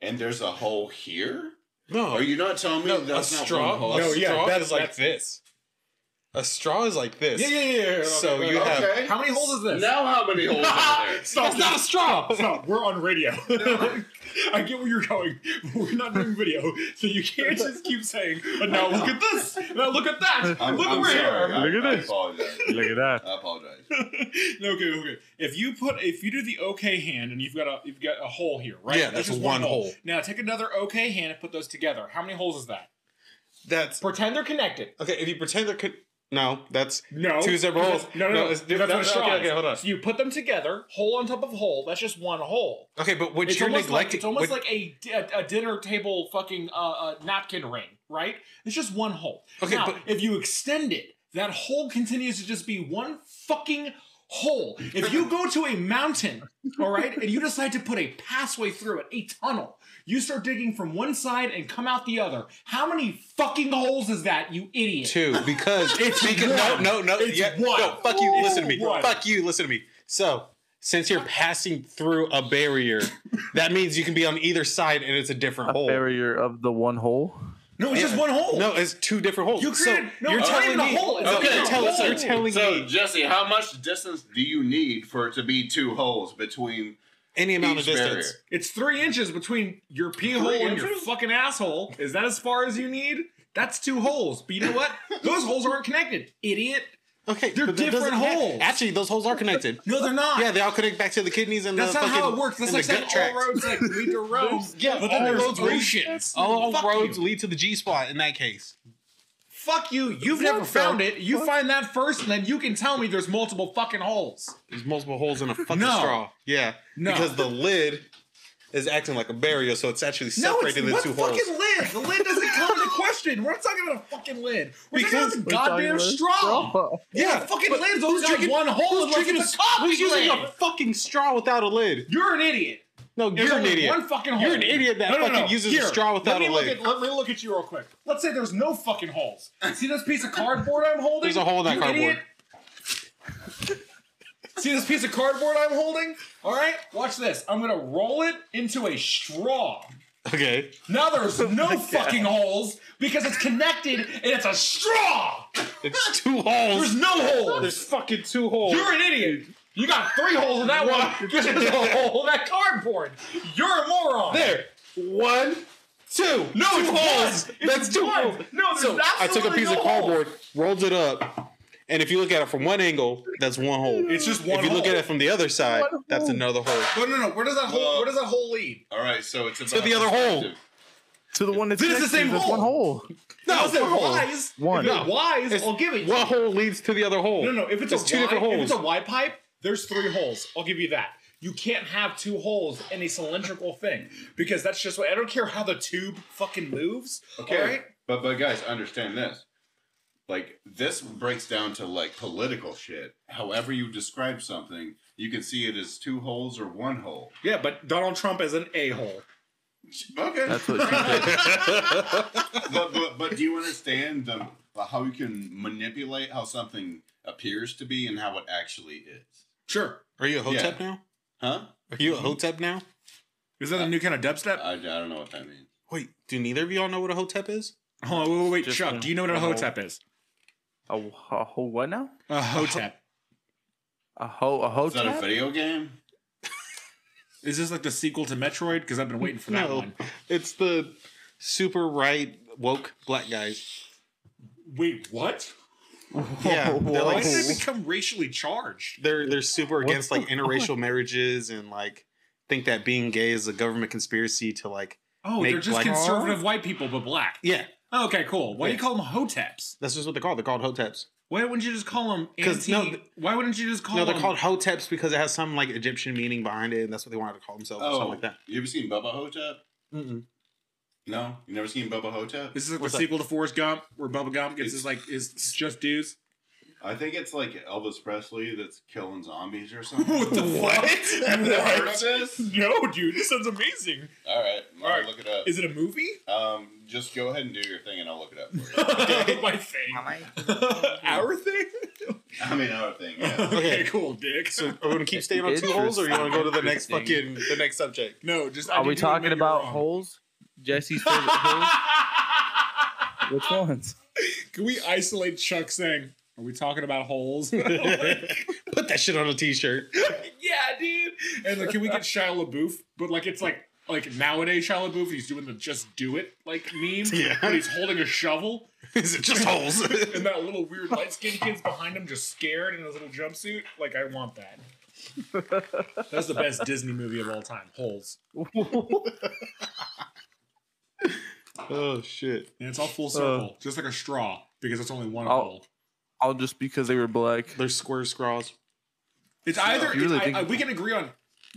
And there's a hole here. No, Are you not telling me no, a that's not straw. one hole? No, No, yeah, straw that's- is like that's- this. A straw is like this. Yeah, yeah, yeah. yeah, yeah. So Okay, you okay. have- Okay. How many holes is this? Now how many holes are there? Stop, That's not a straw. stop. We're on radio. I get where you're going. but We're not doing video, so you can't just keep saying, "But now look at this. Now look at that. I'm, look I'm over here." sorry. I- Look at I this. apologize. Look at that. I apologize. No, okay, okay. If you put if you do the okay hand and you've got a you've got a hole here, right? Yeah, that's just one hole. Now take another okay hand and put those together. How many holes is that? That's Pretend they're connected. okay. If you pretend there could, no, that's No. Two separate holes. No, no, no. No, it's different- That's no, what straw okay, is. okay, hold on. So you put them together, hole on top of hole. That's just one hole. okay. But what It's you're almost like neglecting, it's almost what- like a, di- a, a dinner table fucking uh, uh, napkin ring, right? It's just one hole. Okay, now, but- if you extend it, that hole continues to just be one fucking hole. If you go to a mountain, all right, and you decide to put a pathway through it, a tunnel, you start digging from one side and come out the other. How many fucking holes is that, you idiot? two because It's because one. no, no, no, It's yeah, one. no. Fuck you. It's Listen to me. one. Fuck you. Listen to me. So since you're passing through a barrier, that means you can be on either side, and it's a different A hole. barrier of the one hole. No, it's just one hole. No, it's two different holes. You created- so no, you're it's not telling even a me. hole, it's a okay, fucking tell us. hole. You're telling So, me Jesse, how much distance do you need for it to be two holes between any amount of each barrier? distance. It's three inches between your pee hole and your inches? fucking asshole. Is that as far as you need? That's two holes. But you know what? Those holes aren't connected, idiot. Okay, They're but that different doesn't matter. holes. Actually, those holes are connected. No, they're not. Yeah, they all connect back to the kidneys and That's the not fucking, how it works. That's and like the gut saying all tract. roads like lead to Rome. Yeah, but then all there's roads lead- oceans. All Fuck roads you. lead to the G spot in that case. Fuck you. You've never found it. You find that first, and then you can tell me there's multiple fucking holes. There's multiple holes in a fucking No. straw. Yeah, No. because the lid is acting like a barrier, so it's actually No, it's separating what the two holes. fucking lid? The lid doesn't come into question. We're not talking about a fucking lid. We're Because- talking We're about the talking goddamn about straw. straw. Yeah, Yeah, fucking but lid's only who's got drinking- one hole Who's unless drinking it's a a- coffee who's using lid. a fucking straw without a lid? You're an idiot. No, There's you're an only idiot. One fucking hole. You're an idiot that fucking uses a straw let without me a look lid. At, let me look at you real quick. Let's say there's no fucking holes. See this piece of cardboard I'm holding? There's a hole in that You cardboard. idiot? See this piece of cardboard I'm holding? All right, watch this. I'm gonna roll it into a straw. Okay. Now there's Oh no fucking holes because it's connected and it's a straw. It's two holes. There's no holes. fucking two holes. You're an idiot. You got three holes in that one. There's no hole in that cardboard. You're a moron. there. One, two. No, two it's holes. one. It's That's two one. holes. No, there's so I took a absolutely piece no of cardboard, rolled it up, and if you look at it from one angle, that's one hole. It's just one If you look hole. at it from the other side, One that's hole. another hole. No, no, no. Where does that hole? Where does that hole lead? All right, so it's about the other hole. perspective. To the one that's This is the next to you, same there's hole. one hole. No, if they're hole. wise, One. If No. they're wise, It's- I'll give it. One hole leads to the other hole. No, no. If it's, It's a two y, different If holes. it's a Y pipe, there's three holes. I'll give you that. You can't have two holes in a cylindrical thing because that's just what I don't care how the tube fucking moves. Okay, all right? but but guys, understand this. Like this breaks down to like political shit. However you describe something, you can see it as two holes or one hole. Yeah, but Donald Trump is an a hole. Okay, That's what she said. but, but but do you understand the how you can manipulate how something appears to be and how it actually is? Sure. Are you a hotep now? Huh? Are you a hotep now? Is that a new kind of dubstep? I, I don't know what that means. Wait, do neither of y'all know what a hotep is? Hold on, wait, wait, wait. Just Chuck, a- do you know what a a hole. hotep is? A, a whole what now? A hotep. A ho a ho Is that a video game? Is this like the sequel to Metroid? Because I've been waiting for that No. one. It's the super right woke black guys. Wait, what? Yeah, they're Why like did they become racially charged? they're they're super What against like the interracial marriages and like think that being gay is a government conspiracy to like Oh, Make they're just black- conservative white people, but black. yeah Okay, cool. Why do you Yeah. call them hoteps? that's just what they're called they're called hoteps Why wouldn't you just call them 'Cause, anti? no, th- why wouldn't you just call no them? they're called hoteps because it has some like Egyptian meaning behind it and that's what they wanted to call themselves or Oh, something like that you ever seen Bubba Hotep? Mm-mm. No, you never seen Bubba Hotep? This is like What's the that? sequel to Forrest Gump, where Bubba Gump gets It's- his like his just dues. I think it's like Elvis Presley that's killing zombies or something. What the fuck? Have you never heard of this? No, dude, this sounds amazing. All right, all All right. right. Look it up. Is it a movie? Um, just go ahead and do your thing, and I'll look it up for you. My thing. Our thing. I mean, our thing. Yeah. okay, cool, dick. so are we gonna keep staying on two holes or you want to go to the next fucking the next subject no, just I Are we didn't do it when talking you were about wrong. holes? Jesse's favorite holes? Which ones? Can we isolate Chuck saying, "Are we talking about holes?" put that shit on a t-shirt yeah, dude. And like, can we get Shia LaBeouf? But like, it's like like nowadays Shia LaBeouf, he's doing the "just do it" like meme, Yeah. but he's holding a shovel, is it just holes and that little weird light skinned kid's behind him, just scared in his little jumpsuit. Like, I want that. That's the best Disney movie of all time, Holes. oh shit And it's all Uh. full circle, just like a straw, because it's only one Oh. hole. All just because they were black. there's square scrawls It's either You really it's- I- think- I- we can agree on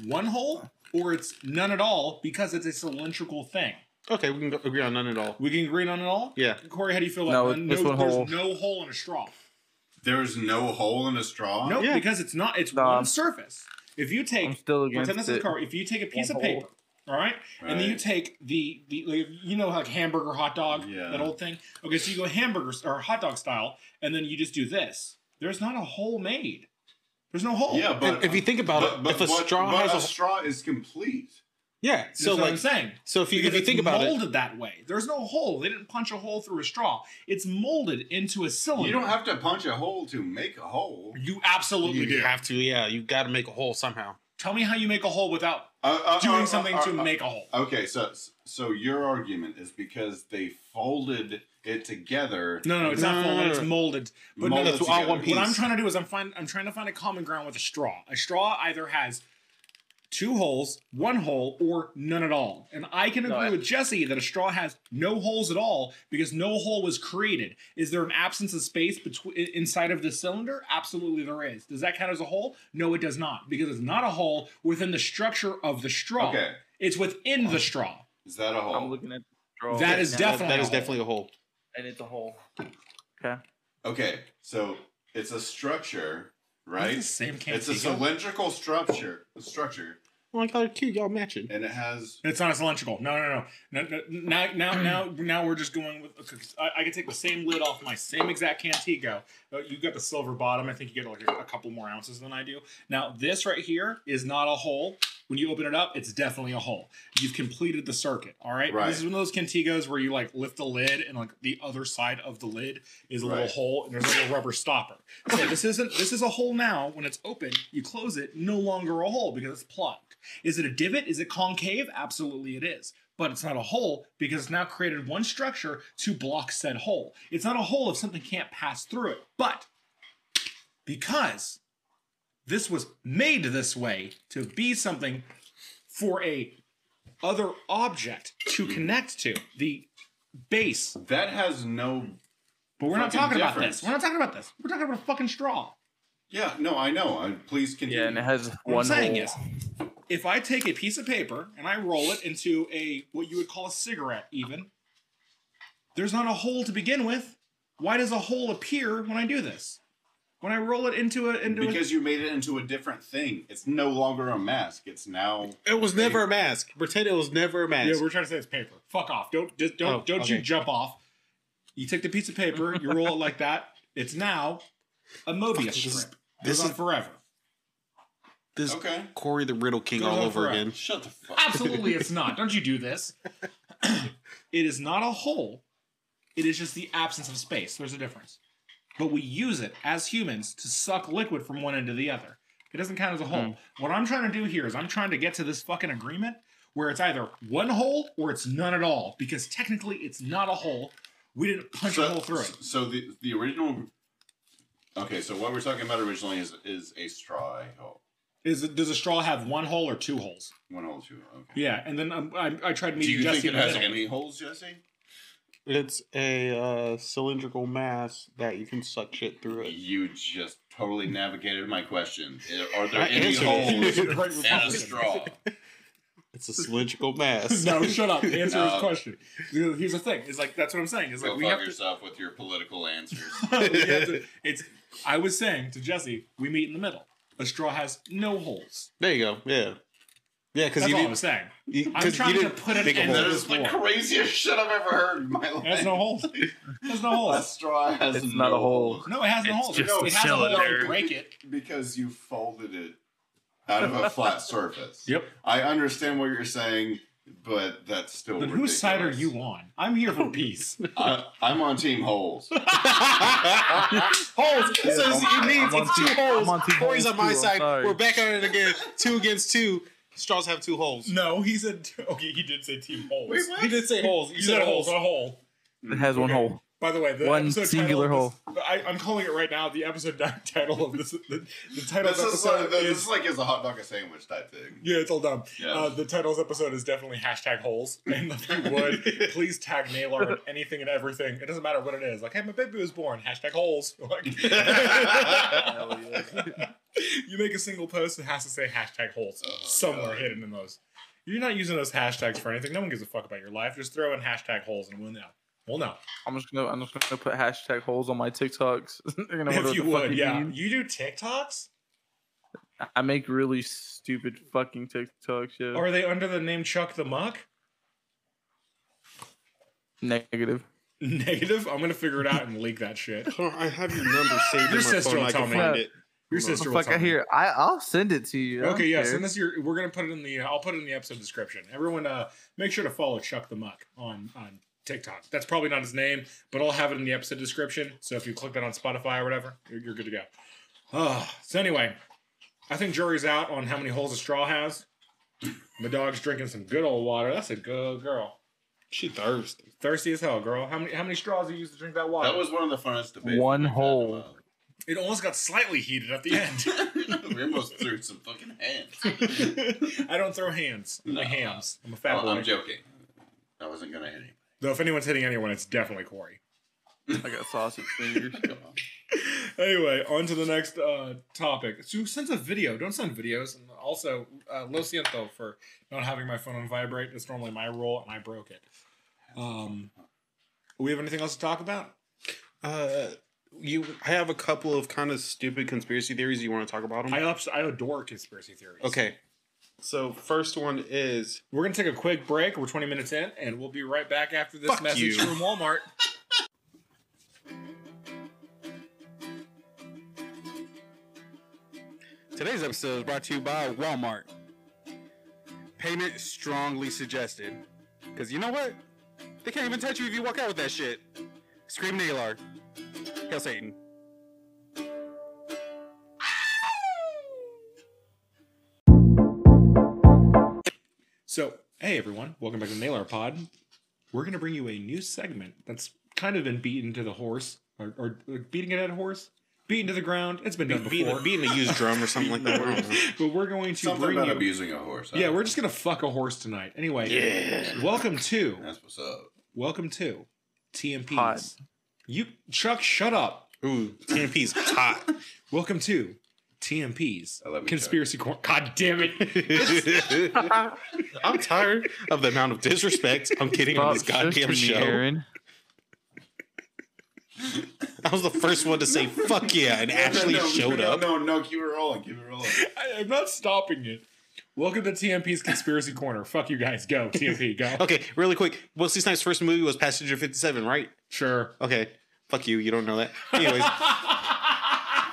one hole or it's none at all because it's a cylindrical thing. okay we can go- agree on none at all We can agree on it all. yeah Corey, how do you feel No, about it- no, this one there's hole. no hole in a straw? There's no hole in a straw. No, yeah. because it's not. It's Nah. one surface. If you I'm take still pretend this against is a it. car, if you take a piece One of hole. paper, all right, and then you Right. take the the like, you know like hamburger hot dog Yeah. that old thing. Okay, so you go hamburger s- or hot dog style, and then you just do this. There's not a hole made. There's no hole. Yeah, but if you think about it if a what- straw but has a, a straw is complete. Yeah. That's so So what I'm like, saying. so if you if Because you it's think about molded it, that way. There's no hole. They didn't punch a hole through a straw. It's molded into a cylinder. You don't have to punch a hole to make a hole. You absolutely you do. have to. Yeah, you got to make a hole somehow. Tell me how you make a hole without Uh, uh, doing uh, something uh, to uh, make a hole. Okay, so so your argument is because they folded it together. No, no, it's No, not no, folded. no, It's no. molded. But molded no, that's all together. one piece. what I'm trying to do is I'm find I'm trying to find a common ground with a straw. A straw either has two holes, one hole, or none at all. And I can agree I- with Jesse that a straw has no holes at all because no hole was created. Is there an absence of space between inside of the cylinder? Absolutely, there is. Does that count as a hole? No, it does not because it's not a hole within the structure of the straw. Okay, It's within the straw. Is that a hole? I'm looking at the draw. That is now, definitely that a is hole. definitely a hole. and it's a hole. okay, so it's a structure, It's right? the same It's a Cantico. cylindrical structure, structure, Oh my god, cute. Y'all matching. and it has. It's not a cylindrical. No, no, no. no, no now, now, now, now we're just going with. Okay, 'cause I, I can take the same lid off my same exact Cantigo. Uh, you got the silver bottom. I think you get like a, a couple more ounces than I do. Now this right here is not a hole. When you open it up, it's definitely a hole. You've completed the circuit. All right. Right. This is one of those Cantigos where you like lift the lid and like the other side of the lid is a Right. little hole and there's a little rubber stopper. So this isn't. This is a hole now. When it's open, you close it. No longer a hole because it's plugged. Is it a divot? Is it concave? Absolutely it is. But it's not a hole because it's now created one structure to block said hole. It's not a hole if something can't pass through it. But because this was made this way to be something for a other object Hmm. to connect to, the base. That has no. But we're not Fucking talking about difference. this. We're not talking about this. We're talking about a fucking straw. Yeah, no, I know. I, please continue. Yeah, and it has What one I'm saying hole. is, if I take a piece of paper and I roll it into a what you would call a cigarette, even there's not a hole to begin with. Why does a hole appear when I do this? When I roll it into a into because you made it into a different thing. It's no longer a mask. It's now. It was never a mask. Pretend it was never a a, mask. yeah, we're trying to say it's paper. Fuck off! Don't just don't Oh, don't you okay. jump off. You take the piece of paper, you roll it like that. It's now a Mobius This is- strip. this This on is- forever. this Okay. Corey the Riddle King Goes all on over forever. again. Shut the fuck. Absolutely, it's not. Don't you do this. it is not a hole. It is just the absence of space. There's a difference. But we use it as humans to suck liquid from one end to the other. It doesn't count as a hole. What I'm trying to do here is I'm trying to get to this fucking agreement where it's either one hole or it's none at all because technically it's not a hole. We didn't punch a hole through it. So the the original. Okay, so what we're talking about originally is is a straw a hole, Is it, does a straw have one hole or two holes? one hole, two. hole, Okay. Yeah, and then um, I, I tried Do meeting you Jesse. think in it the has middle. any holes, Jesse? It's a uh, cylindrical mass that you can suck shit through it. You just totally navigated my question. Are there I any answered holes it. in Right, a Republican. straw? It's a cylindrical mass. no, shut up. Answer No. his question. Here's the thing. It's like that's what I'm saying. It's like Go we fuck have, to, yourself with your political answers. we have to. It's. I was saying to Jesse, we meet in the middle. A straw has no holes. There you go. Yeah. Yeah, because That's you all I didn't. was saying. you- I'm 'cause you trying to didn't put an dig a end hole. That to is the Four. craziest shit I've ever heard in my life. It has no holes. There's no That holes. straw has It's no not a hole. holes. No, it has no It's holes. just No, a it has a hole. cylinder. Break it. Because you folded it out of a flat surface. Yep. I understand what you're saying, but that's still. Then whose side are ridiculous. you on? I'm here for peace. I, I'm on team holes. holes. Yeah, so I'm- it needs I'm on it's two two- holes. I'm on two Corey's holes on my too, I'm side. sorry. We're back at it again. two against two. Straws have two holes. no, he said. Okay, he did say team holes. He did say holes. You He said holes. A hole. It has one Okay. hole. By the way, the One episode singular title of this- I, I'm calling it right now. The episode di- title of this, the, the title of This the is, like, episode this is is like is a hot dog a sandwich type thing. yeah, it's all dumb. Yeah. Uh, the title's episode is definitely hashtag holes, and if you would please tag Naylor in anything and everything. It doesn't matter what it is. Like, hey, my baby was born. Hashtag holes. Like, you make a single post that has to say hashtag holes Oh, somewhere God. hidden in those. You're not using those hashtags for anything. No one gives a fuck about your life. Just throw in hashtag holes, and we'll know. We'll know. I'm just gonna I'm just gonna put hashtag holes on my TikToks. They're gonna wonder If what you the fuck would, you yeah. mean. You do TikToks? I make really stupid fucking TikToks. Yeah. Are they under the name Chuck the Muck? Negative. Negative. I'm gonna figure it out and leak that shit. I have your number saved Your in my sister phone. will I tell can me. find it. Your Hold on. sister will Fuck tell out me. here. I I'll send it to you. I don't Okay, yeah. care. Send us your. We're gonna put it in the. Uh, I'll put it in the episode description. Everyone, uh, make sure to follow Chuck the Muck on on TikTok. That's probably not his name, but I'll have it in the episode description. So if you click that on Spotify or whatever, you're, you're good to go. Uh, so anyway, I think jury's out on how many holes a straw has. My dog's drinking some good old water. That's a good girl. She thirsty. Thirsty as hell, girl. How many how many straws you used to drink that water? That was one of the funnest debates. One we've had in a hole. while. it almost got slightly heated at the end. we almost threw some fucking hands. I don't throw hands. I'm No. a hams. I'm a fat Oh, boy. I'm joking. I wasn't gonna hit him. Though if anyone's hitting anyone, it's definitely Corey. I got sausage fingers. anyway, on to the next uh, topic. So send a video. Don't send videos. And also, uh, lo siento for not having my phone on vibrate. It's normally my role, and I broke it. Um, we have anything else to talk about? Uh, you, I have a couple of kind of stupid conspiracy theories. You want to talk about them? I abs- I adore conspiracy theories. okay. So first one is we're gonna take a quick break. We're 20 minutes in, and we'll be right back after this Fuck message you. from Walmart. Today's episode is brought to you by Walmart. Payment strongly suggested. Because you know what? They can't even touch you if you walk out with that shit. Scream Naylor. Hail Satan. So, hey everyone, welcome back to Nail Our Pod. We're going to bring you a new segment that's kind of been beaten to the horse, or, or uh, beating it at a horse, beaten to the ground. It's been done beating, beating, before. a used drum or something like that. I don't know. but we're going to Something bring about you. abusing a horse. huh? Yeah, we're just going to fuck a horse tonight. Anyway, welcome to That's what's up. welcome to TMPs. Pod. You Chuck, shut up. Ooh, TMP's hot. Welcome to TMPs. I love you, Conspiracy Corner. God damn it. I'm tired of the amount of disrespect I'm getting on Stop this goddamn pushing me, show. Aaron. I was the first one to say "fuck yeah" and actually no, no, showed no, up. Uh, No, no, keep it rolling. Keep it rolling. I, I'm not stopping it. Welcome to TMP's Conspiracy Corner. Fuck you guys. Go. TMP, go. Okay, really quick. Wesley Snipes' first movie was Passenger 57, right? Sure. Okay. Fuck you. You don't know that. Anyways,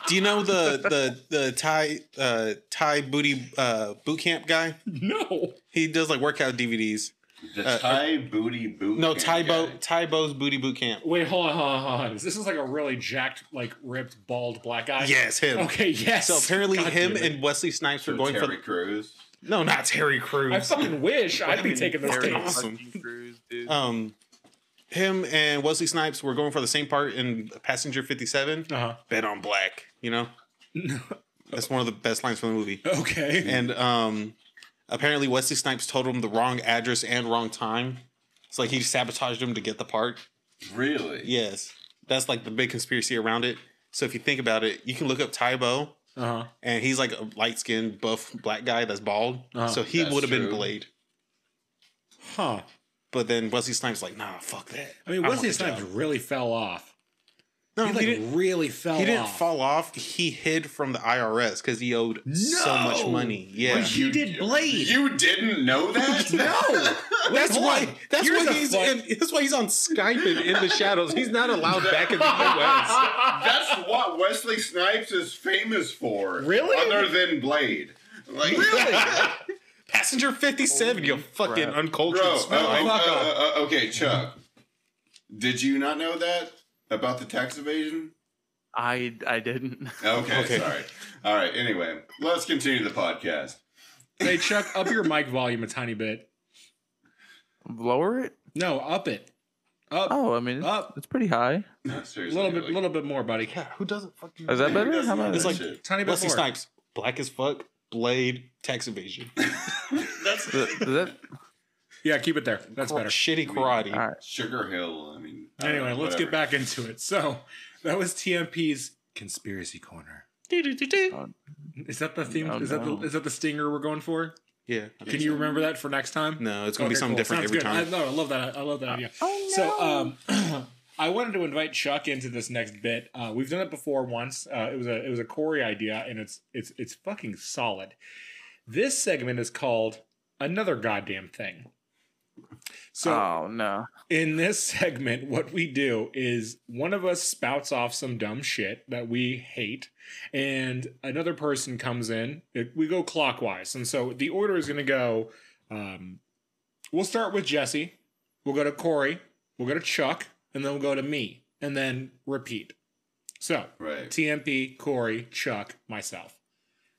do you know the the the Thai uh, Thai booty uh, boot camp guy? No. He does like workout DVDs. The Uh, Thai booty boot. No, camp Thai Bo guy. Thai Bo's booty boot camp. Wait, hold on, hold on, hold on. This is like a really jacked, like ripped, bald black guy. Yes, him. Okay, yes. So apparently, God him damn it. and Wesley Snipes were So going Terry for Crews. no, not Terry Crews. I fucking wish I'd be taking those Terry dates. awesome. Fucking Cruise, dude. um, him and Wesley Snipes were going for the same part in Passenger 57. Uh Bet on black. You know, huh. that's one of the best lines from the movie. okay. And um, apparently Wesley Snipes told him the wrong address and wrong time. It's like he sabotaged him to get the part. Really? Yes, that's like the big conspiracy around it. So if you think about it, you can look up Tybo, Uh huh. and he's like a light skinned, buff black guy that's bald. Uh, so he that's would have been true. Blade. Huh. But then Wesley Snipes like, nah, fuck that. I mean, I Wesley want the Snipes job. really fell off. No, he he, like didn't. really fell. He didn't off. fall off. He hid from the IRS because he owed so much No! money. Yeah, Wait, he did Blade. You didn't know that? Wait, that's hold why. on. That's Here's why a he's fuck- in, that's why he's on Skype and in the shadows. He's not allowed back in the U.S. That's what Wesley Snipes is famous for. Really? Other than Blade. Like, Passenger fifty-seven. you fucking crap. uncultured. Bro, smell. uh, fuck uh, off. uh, uh, okay, Chuck. Did you not know that about the tax evasion? I I didn't. Okay, Okay. sorry. All right. Anyway, let's continue the podcast. Hey Chuck, up your mic volume a tiny bit. Lower it? No, up it. Up, Oh, I mean, it's, Up. it's pretty high. No, a seriously. little bit, like, little bit more, buddy. Yeah, who doesn't fucking? Is that better? How about It's it's like- like Tiny bit Wesley more. Snipes, black as fuck, Blade, tax evasion, that's does that? Yeah, keep it there. That's better. shitty karate. All right. Sugar Hill. I mean. I don't Anyway, know, let's get whatever. back into it. So that was TMP's conspiracy corner. Is that the theme? Oh, is that no. the is that the stinger we're going for? Yeah. Can you remember that for next time? No, it's gonna be Okay, something cool. different Sounds every good. time. I, no, I love that. I love that idea. oh, So, um, I wanted to invite Chuck into this next bit. Uh, we've done it before once. Uh, it was a it was a Corey idea, and it's it's it's fucking solid. This segment is called another goddamn thing. So oh no. in this segment, what we do is one of us spouts off some dumb shit that we hate, and another person comes in. It- We go clockwise. And so the order is going to go um, we'll start with Jesse, we'll go to Corey, we'll go to Chuck, and then we'll go to me, and then repeat. So Right. TMP, Corey, Chuck, myself.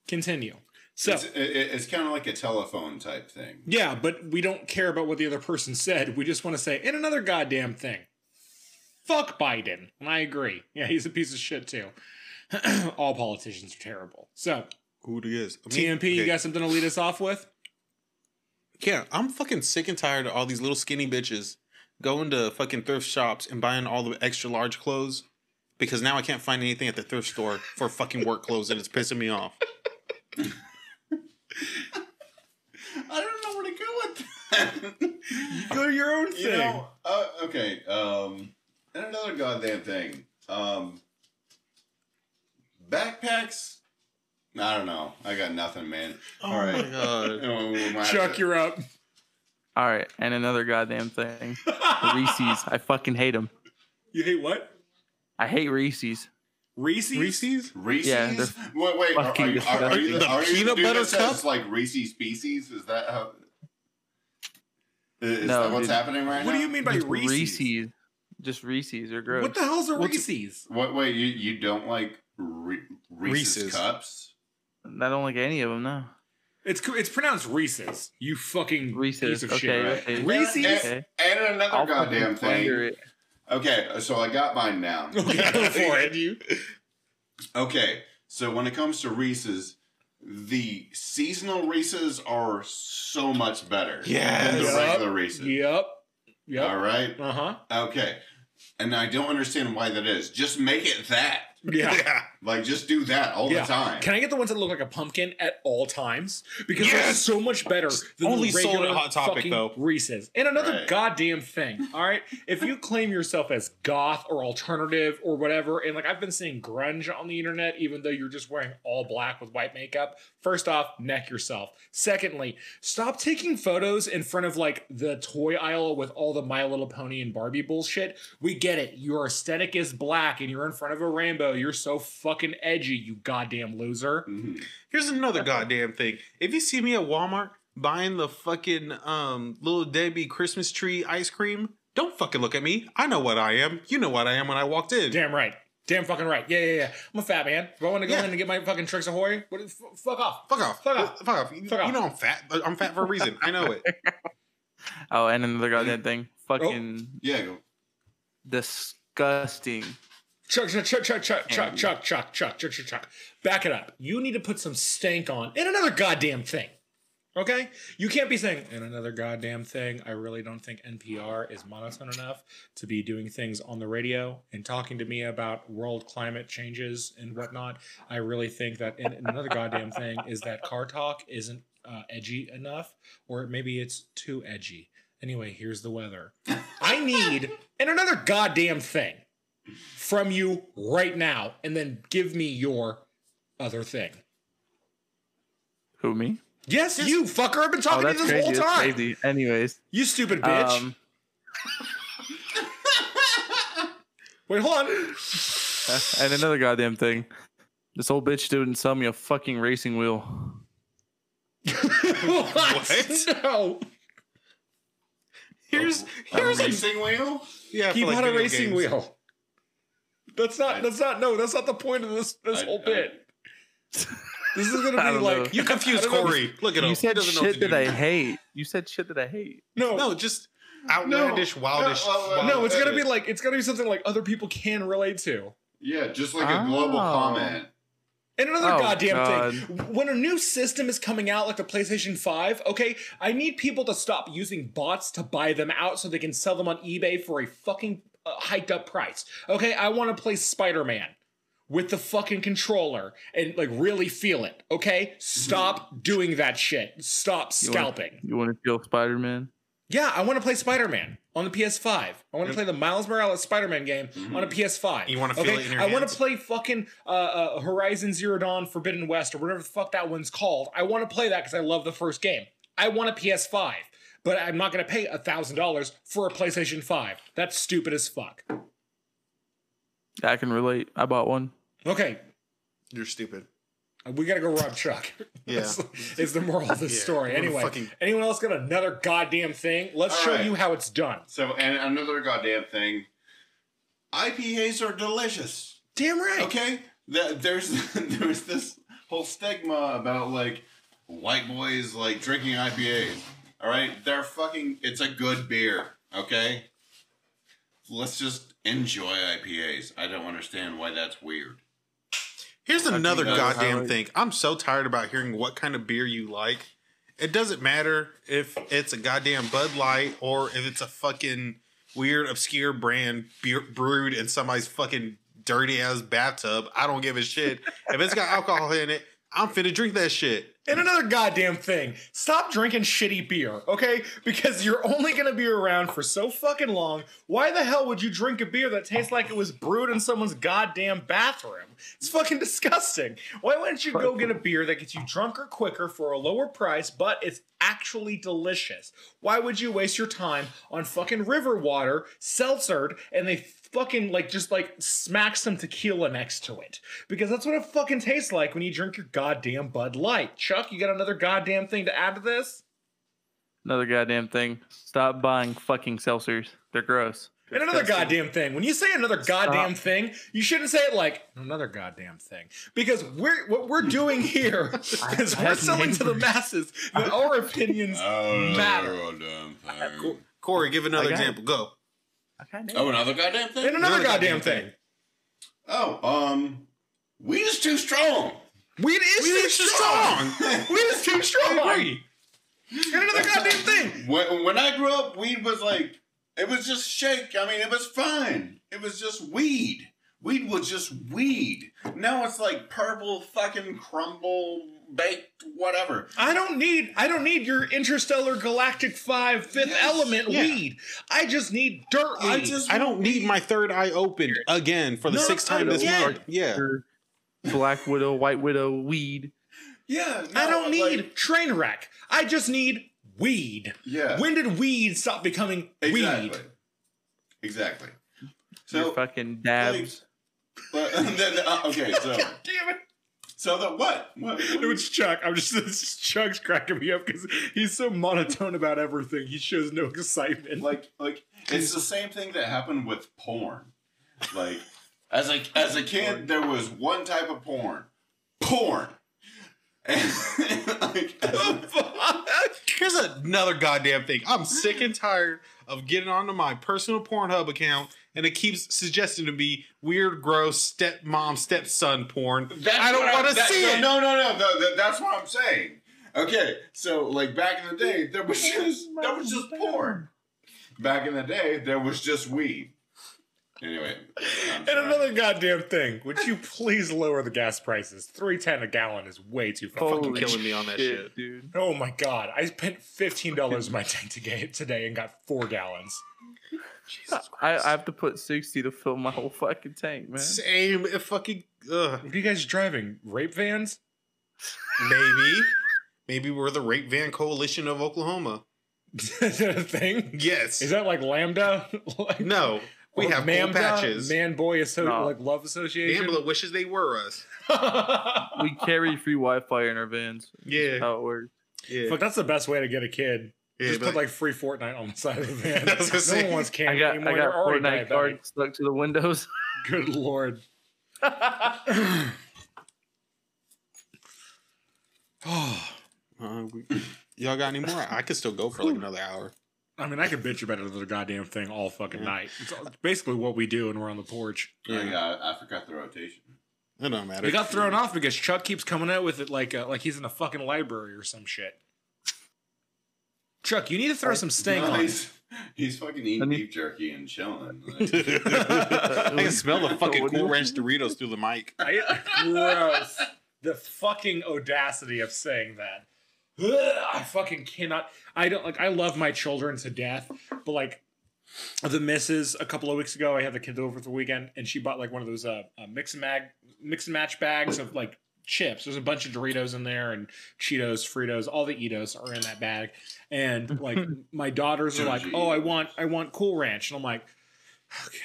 Continue. So. It's, it, it's kind of like a telephone type thing. Yeah, but we don't care about what the other person said. We just want to say, and another goddamn thing. Fuck Biden. And I agree. Yeah, he's a piece of shit too. All politicians are terrible. So, Who it is? I mean, TMP, you okay. got something to lead us off with? Yeah, I'm fucking sick and tired of all these little skinny bitches going to fucking thrift shops and buying all the extra large clothes because now I can't find anything at the thrift store for fucking work clothes and it's pissing me off. I don't know where to go with that. Go your own you know, uh, okay. Um, and another goddamn thing. Um, backpacks. I don't know. I got nothing, man. All Oh right. my god. Oh, we might have Chuck, to- you're up. All right, and another goddamn thing. Reese's. I fucking hate them. You hate what? I hate Reese's. Reese's? Reese's? Reese's. Yeah, they're wait, wait. Are, are, fucking you- are, are you disgusting. the, are you the Peanut dude butter that says, cup? like Reese's species? Is that how? Is No, that what's dude. happening right now? What do you mean by Reese's? Reese's. Just Reese's. They're gross. What the hell's a What's- Reese's? What? Wait, you, you don't like Re- Reese's, Reese's. cups? I don't like any of them. No. It's co- it's pronounced Reese's. You fucking Reese's. piece of okay. shit. right? okay. Reese's? Okay. And another I'll fucking goddamn thing. slander it. Okay, so I got mine now. Okay, go for it. You. Okay, so when it comes to Reese's, the seasonal Reese's are so much better than the Yes. regular Reese's. Yep. Yep. All right. Uh huh. Okay. And I don't understand why that is. Just make it that. Yeah. Like, just do that all Yeah. the time. Can I get the ones that look like a pumpkin at all times? Because they're Yes! so much better than Only the sold at regular Hot Topic, fucking though. Reese's. And another Right. goddamn thing. All right, if you claim yourself as goth or alternative or whatever, and like I've been seeing grunge on the internet, even though you're just wearing all black with white makeup. First off, neck yourself. Secondly, stop taking photos in front of like the toy aisle with all the My Little Pony and Barbie bullshit. We get it. Your aesthetic is black, and you're in front of a rainbow. You're so fucking edgy, you goddamn loser. Mhm. Here's another goddamn thing. If you see me at Walmart buying the fucking um little Debbie Christmas tree ice cream, don't fucking look at me. I know what I am. You know what I am when I walked in. Damn right. Damn fucking right. Yeah, yeah, yeah. I'm a fat man. If I want to go Yeah. in and get my fucking tricks ahoy, what, f- fuck off. Fuck off. Fuck off. Fuck off. You, Fuck off. you know I'm fat, but I'm fat for a reason. I know it. Oh, and another goddamn thing. Fucking Yeah, go. disgusting. Chuck, chuck, chuck, chuck, chuck, chuck, chuck, chuck, chuck, chuck, chuck, chuck. Back it up. You need to put some stank on and another goddamn thing. Okay? You can't be saying, and another goddamn thing. I really don't think NPR is monotone enough to be doing things on the radio and talking to me about world climate changes and whatnot. I really think that, and and another goddamn thing is that car talk isn't uh, edgy enough, or maybe it's too edgy. Anyway, here's the weather. I need, and another goddamn thing from you right now and then give me your other thing. Who me? Oh, Yes, you fucker. I've been talking to you this whole that's time. crazy. Anyways, You stupid bitch. um, Wait, hold on. uh, and another goddamn thing. This old bitch didn't sell me a fucking racing wheel. what? No. Here's A here's a, racing wheel? yeah. He for, like, bought a video racing games. wheel. That's not. I- that's not. No. That's not the point of this. This I- whole I- bit. this is gonna I be don't like know. You confused I don't know. Corey. Look at him. You said he doesn't know what shit to that do. I hate. You said shit that I hate. No. No, just outlandish, wildish. No, uh, wild- No, it's gonna Edit. be like it's gonna be something like other people can relate to. Yeah, just like a global Oh. comment. And another Oh, goddamn thing. When a new system is coming out, like the PlayStation 5, okay, I need people to stop using bots to buy them out so they can sell them on eBay for a fucking uh, hiked up price. Okay, I want to play Spider Man with the fucking controller and like really feel it. Okay, stop doing that shit. Stop You wanna- scalping. You want to feel Spider Man? Yeah, I want to play Spider Man on the PS5. I want to play the Miles Morales Spider Man game on a PS5. Mm-hmm. You wanna feel it in your I want hands? to play fucking uh, uh, Horizon Zero Dawn Forbidden West or whatever the fuck that one's called. I want to play that because I love the first game. I want a PS5, but I'm not going to pay $1,000 for a PlayStation 5. That's stupid as fuck. I can relate. I bought one. Okay, You're stupid. we got to go rob Chuck. Yeah. is the moral of this Yeah, story. what a Anyway, fucking- anyone else got another goddamn thing? Let's All show right. you how it's done. So, and another goddamn thing IPAs are delicious. Damn right. Okay, Th- there's there's this whole stigma about like white boys like drinking IPAs. All right, they're fucking. It's a good beer. Okay, let's just enjoy IPAs. I don't understand why that's weird. Here's another that's goddamn how I- thing. I'm so tired about hearing what kind of beer you like. It doesn't matter if it's a goddamn Bud Light or if it's a fucking weird, obscure brand beer, brewed in somebody's fucking dirty ass bathtub. I don't give a shit. if it's got alcohol in it, I'm finna drink that shit. And another goddamn thing, stop drinking shitty beer, okay? Because you're only gonna be around for so fucking long. Why the hell would you drink a beer that tastes like it was brewed in someone's goddamn bathroom? It's fucking disgusting. Why wouldn't you go get a beer that gets you drunker quicker for a lower price, but it's actually delicious? Why would you waste your time on fucking river water, seltzered, and they fucking like just like smack some tequila next to it? Because that's what it fucking tastes like when you drink your goddamn Bud Light. Chuck, you got another goddamn thing to add to this? Another goddamn thing. Stop buying fucking seltzers. They're gross. And another Disgusting. goddamn thing. When you say another goddamn thing, you shouldn't say it like another goddamn thing. Because we're what we're doing here is we're have selling to the masses that our opinions Oh, matter. goddamn thing. Corey, give another I got it. example. Go. Okay, Oh, another goddamn thing. And another Another goddamn goddamn thing. Oh, um, weed is too strong. Weed is Weed too is too strong. We just too strong. And another goddamn thing. When, when I grew up, weed was like it was just shake. I mean, it was fine. It was just weed. Weed was just weed. Now it's like purple fucking crumble baked whatever. I don't need I don't need your interstellar galactic five fifth Yes, element yeah. weed. I just need dirt weed. I just I don't need my third eye opened again for the No, sixth I time this don't. month. Yeah. Black Widow, White Widow, weed. yeah. I no, don't like- need train wreck. I just need weed. yeah. When did weed stop becoming exactly. weed? Exactly. Your So fucking dabs. like, but- then, uh, okay. So Damn it. so the what? What? It was Chuck. I'm just it's just Chuck's cracking me up because he's so monotone about everything. He shows no excitement. like like it's the same thing that happened with porn. Like as a as a kid, there was one type of porn, porn. And, like, as- Here's another goddamn thing. I'm sick and tired of getting onto my personal Pornhub account and it keeps suggesting to me weird, gross stepmom, stepson porn. that's I don't what want to that- see no, it. No, no, no, no. that- that's what I'm saying. Okay, so like back in the day, there was just there was just porn. Back in the day, there was just weed. Anyway, I'm and sorry. another goddamn thing. Would you please lower the gas prices? Three ten a gallon is way too fucking. Holy killing me on that shit. dude. Oh my god! I spent fifteen dollars my tank to get today and got four gallons. I, I have to put 60 to fill my whole fucking tank, man. Same it fucking ugh. What are you guys driving? Rape vans? Maybe. Maybe we're the rape van coalition of Oklahoma. Is that a thing? Yes. Is that like Lambda? like, no. We or have cool Mamda? patches. Man boy asso- No. like love association. Gambler wishes they were us. Fuck, We carry free Wi Fi in our vans. Yeah. How it works. yeah. that's the best way to get a kid. yeah, Just but- put like free Fortnite on the side of the van. I was gonna no say. one wants I candy got, anymore. I You're got already Fortnite diabetic. card stuck to the windows. Good lord. oh, Uh, we, y'all got any more? I could still go for like another hour. I mean, I could bitch about another goddamn thing all fucking Yeah. night. It's all- basically what we do when we're on the porch. Like, I, I forgot the rotation. It don't matter. We got thrown off because Chuck keeps coming out with it like uh, like he's in a fucking library or some shit. Chuck, you need to throw some stank No, on. it. he's, he's fucking eating need- beef jerky and chilling. Like, I can smell the fucking What do Cool you- Ranch Doritos through the mic. I, gross. The fucking audacity of saying that. Ugh, I fucking cannot. I don't like. I love my children to death, but like the missus a couple of weeks ago, I had the kids over for the weekend, and she bought like one of those uh, uh mix and mag mix and match bags of like chips. There's a bunch of Doritos in there, and Cheetos, Fritos, all the Edos are in that bag. And like my daughters are like, "Oh, I want, I want Cool Ranch," and I'm like, "Okay."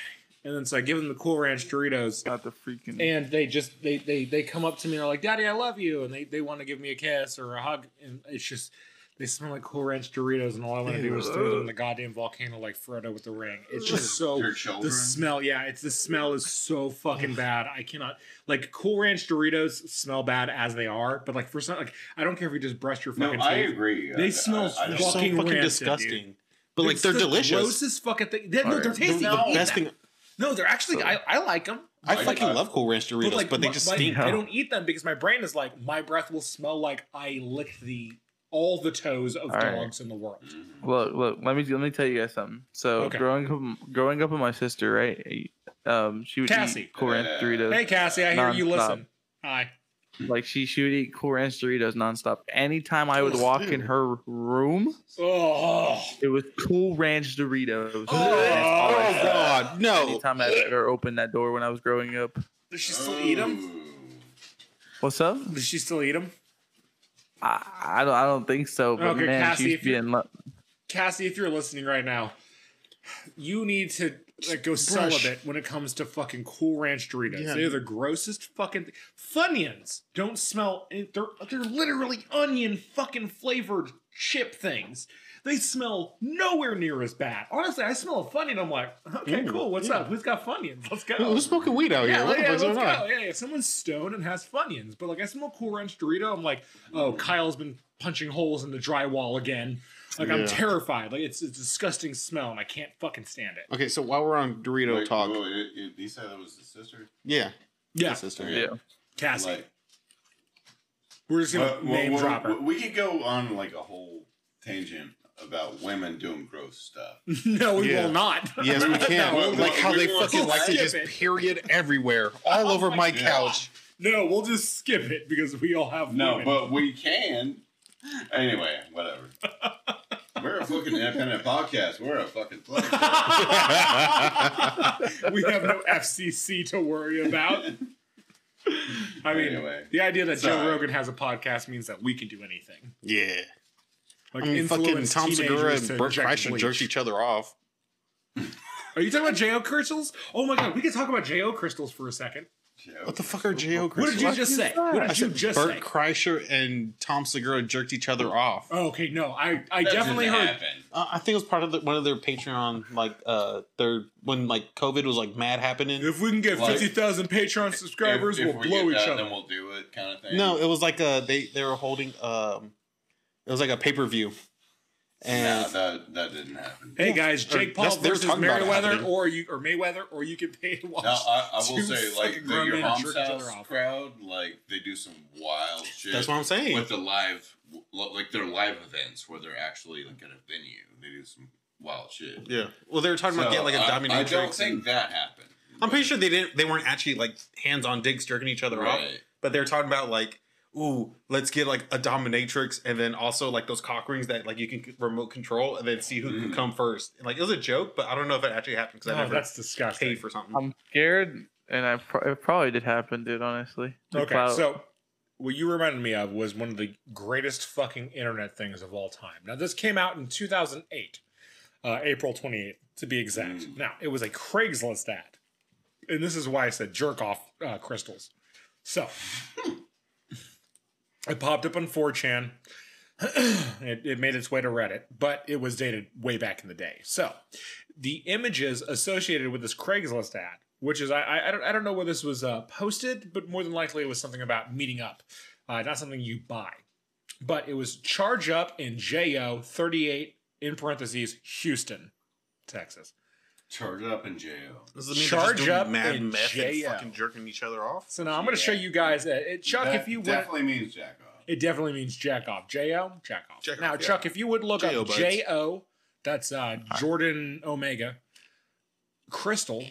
And then so I give them the Cool Ranch Doritos, Not the freaking. and they just they they they come up to me and are like daddy i love you and they they want to give me a kiss or a hug and it's just they smell like cool ranch doritos and all i want to do is throw them in the goddamn volcano like frodo with the ring it's just so your children. the smell yeah it's the smell is so fucking bad i cannot like cool ranch doritos smell bad as they are but like for some like i don't care if you just brush your no, fucking I teeth agree. They I- smell I- I They're don't- so Fucking fucking rancid, disgusting. dude. But like It's they're the delicious. grossest fucking thing they, no, Alright, they're The, tasty the You can eat best that. thing no they're actually i i like them I Like, fucking uh, love Cool Ranch Doritos, but, like, they my- just my- stink. I don't eat them because my brain is like, my breath will smell like I licked the all the toes of All right. dogs in the world. Mm-hmm. Look, look. Let me let me tell you guys something. So Okay. growing up, growing up with my sister, right? Um, she would Cassie. eat Corinth Yeah. Doritos. Hey, Cassie, I hear you Nonstop. listen. Hi. Like she, she would eat Corinth Doritos nonstop. Anytime I would Oh, walk in dude. her room, Oh, it was Cool Ranch Doritos. Oh, That's all I God. saw. God, no. Anytime I ever opened that door when I was growing up. does she still eat 'em? eat them? What's up? Does she still eat them? I, I don't I don't think so. But Okay, man, Cassie, she used if to be you're- in love. Cassie, if you're listening right now, you need to like, go celibate when it comes to fucking Cool Ranch Doritos. Yeah. They're the grossest fucking th- Funyuns don't smell. They're they're literally onion fucking flavored chip things. They smell nowhere near as bad. Honestly, I smell a Funyun. I'm like, okay, Ooh, cool. What's yeah. up? Who's got Funyuns? Let's go. Who- Who's smoking weed Oh, out Yeah, here? What the yeah, fuck's let's go. going on? Yeah, yeah, someone's stoned and has Funyuns, but like I smell Cool Ranch Dorito, I'm like, oh, Kyle's been punching holes in the drywall again. Like I'm Yeah. terrified. Like it's, it's a disgusting smell, and I can't fucking stand it. Okay, so while we're on Dorito talk, he said that was his sister. yeah, Yeah, sister. Yeah. Cassie, Like, uh, we're just gonna well, well, name well, drop her. We could go on like a whole tangent about women doing gross stuff. no, we Yeah. will not. Yes, we can. No, like how they we'll fucking like to skip just it. Oh period everywhere, all over my God. couch. no, we'll just skip it because we all have No, women. but we can. Anyway, whatever. We're a fucking independent podcast. We're a fucking. Plug. we have no FCC to worry about. I mean, Anyway. the idea that Joe Sorry. Rogan has a podcast means that we can do anything. Yeah, Like I mean, fucking influence Tom Segura teenagers and to Burt inject Kreischer bleach. jerked each other off. Are you talking about J.O. crystals? Oh my god, we could talk about J.O. crystals for a second. What the fuck are J.O. What did you Christmas? just say? What I did you said just Burt say? Kreischer and Tom Segura jerked each other off. Oh, okay, no, I, I definitely heard. Uh, I think it was part of the, one of their Patreon, like uh, their when like COVID was like mad happening. If we can get Like- fifty thousand Patreon subscribers, we'll blow each other. Then we'll do it, kind of thing. No, it was like uh they they were holding um, it was like a pay per view, and no, that that didn't happen. Hey guys, Jake Paul that's- they were versus talking about it Merriweather, happening. or you or Mayweather, or you can pay to watch. Now I, I will two say, fucking like the grown your men mom's jerk each other house off. crowd, like they do some wild shit. that's what I'm saying. with the live, like their live events where they're actually like at a venue. They do some wild shit. yeah, well they were talking about So, getting like a I- dominatrix. I don't and- think that happened. I'm pretty sure they didn't. They weren't actually like hands on dicks jerking each other off, Right. but they were talking about like, ooh, let's get like a dominatrix, and then also like those cock rings that like you can c- remote control, and then see who can Mm. come first. And, like it was a joke, but I don't know if it actually happened because I Oh, never that's disgusting. paid for something. I'm scared, and I pro- it probably did happen, dude. Honestly. The Okay, clout- so what you reminded me of was one of the greatest fucking internet things of all time. Now, this came out in 2008, uh, April 28th, to be exact. Mm. Now, it was a Craigslist ad. And this is why I said jerk off uh, crystals. So it popped up on 4chan. it, it made its way to Reddit, but it was dated way back in the day. So the images associated with this Craigslist ad, which is I I, I don't I don't know where this was uh, posted, but more than likely it was something about meeting up, uh, not something you buy. But it was charge up in Jo thirty eight in parentheses Houston, Texas. Charge it up in jail. Does it mean they're Charge just doing up mad and meth and JL. fucking jerking each other off? So now I'm going to show you guys. Uh, it, Chuck, That if you would, definitely means jack off. it definitely means jack off. Jo jack off. Jack off, now yeah. Chuck, if you would look J.O. up buds. Jo, that's uh, Jordan Omega Crystal.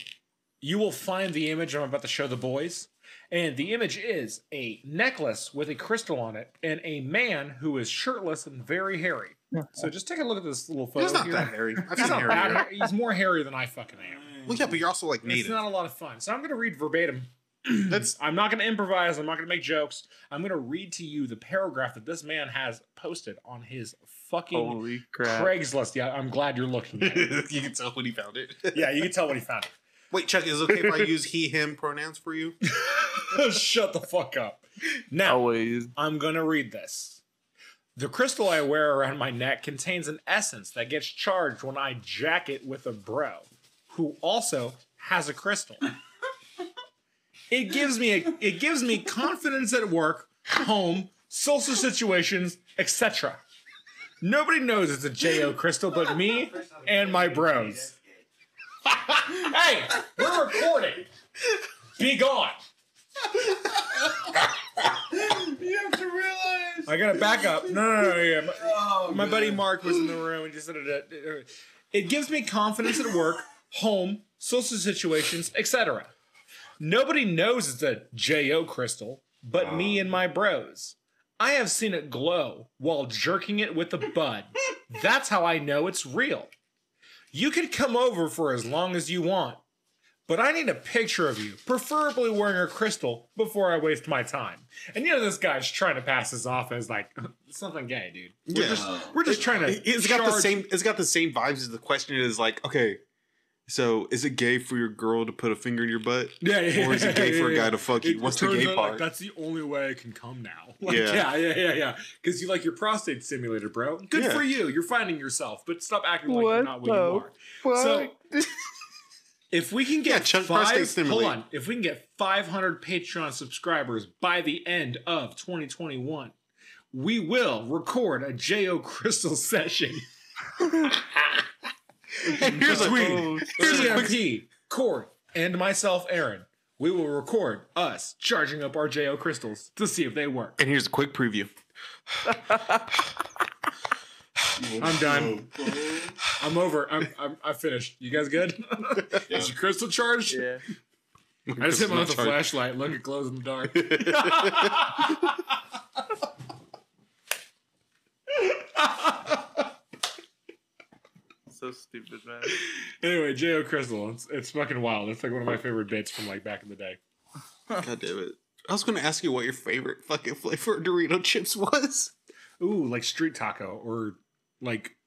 You will find the image I'm about to show the boys. And the image is a necklace with a crystal on it and a man who is shirtless and very hairy. So just take a look at this little photo. He's not here. that hairy. I've He's seen not that hairier. hairy. He's more hairy than I fucking am. Well, yeah, but you're also like It's native. not a lot of fun. So I'm going to read verbatim. That's I'm not going to improvise. I'm not going to make jokes. I'm going to read to you the paragraph that this man has posted on his fucking Holy crap! Craigslist. Yeah, I'm glad you're looking. At it. you can tell when he found it. yeah, you can tell when he found Wait, Chuck, is it okay if I use he/him pronouns for you? it. Shut the fuck up. Now, Oh, Always. I'm going to read this. The crystal I wear around my neck contains an essence that gets charged when I jack it with a bro who also has a crystal. It gives me a, it gives me confidence at work, home, social situations, etc. Nobody knows it's a JO crystal but me and my bros. hey, we're recording. Be gone. You have to realize I gotta back up. No, no, no, no, yeah. My, Oh, my buddy God. Mark was in the room and just said it. It gives me confidence at work, home, social situations, etc. Nobody knows it's a JO crystal, but me and my bros. I have seen it glow while jerking it with a bud. That's how I know it's real. You can come over for as long as you want, but I need a picture of you, preferably wearing a crystal, before I waste my time. And you know this guy's trying to pass this off as like something gay, dude. We're Yeah. just we're just trying to. Uh, It's got the charge- same. It's got the same vibes as the question. Is like, okay, so is it gay for your girl to put a finger in your butt, Yeah, yeah, or is it yeah, gay for a yeah, guy yeah. to fuck you? It- What's it the turns gay out, part? Like, that's the only way I can come now. Like, Yeah. yeah, yeah, yeah, yeah. Because you like your prostate stimulated, bro. Good Yeah. for you. You're finding yourself, but stop acting like What you're not what the you are. So if we can Yeah, get chunk prostate five, hold stimulate. on, if we can get 500 Patreon subscribers by the end of 2021, we will record a Jo Crystal session. Here's a Between here's a quick- CMT, Corey, and myself, Aaron. We will record us charging up our Jo crystals to see if they work. and here's a quick preview. I'm done. I'm over. I'm, I'm I finished. You guys good? Is your crystal charged? yeah. I just hit mine with a Crystal flashlight. Look, it glows in the dark. So stupid, man. anyway, Jo crystal. It's, it's fucking wild. It's like one of my favorite bits from like back in the day. God damn it! I was going to ask you what your favorite fucking flavor of Dorito chips was. Ooh, like street taco or like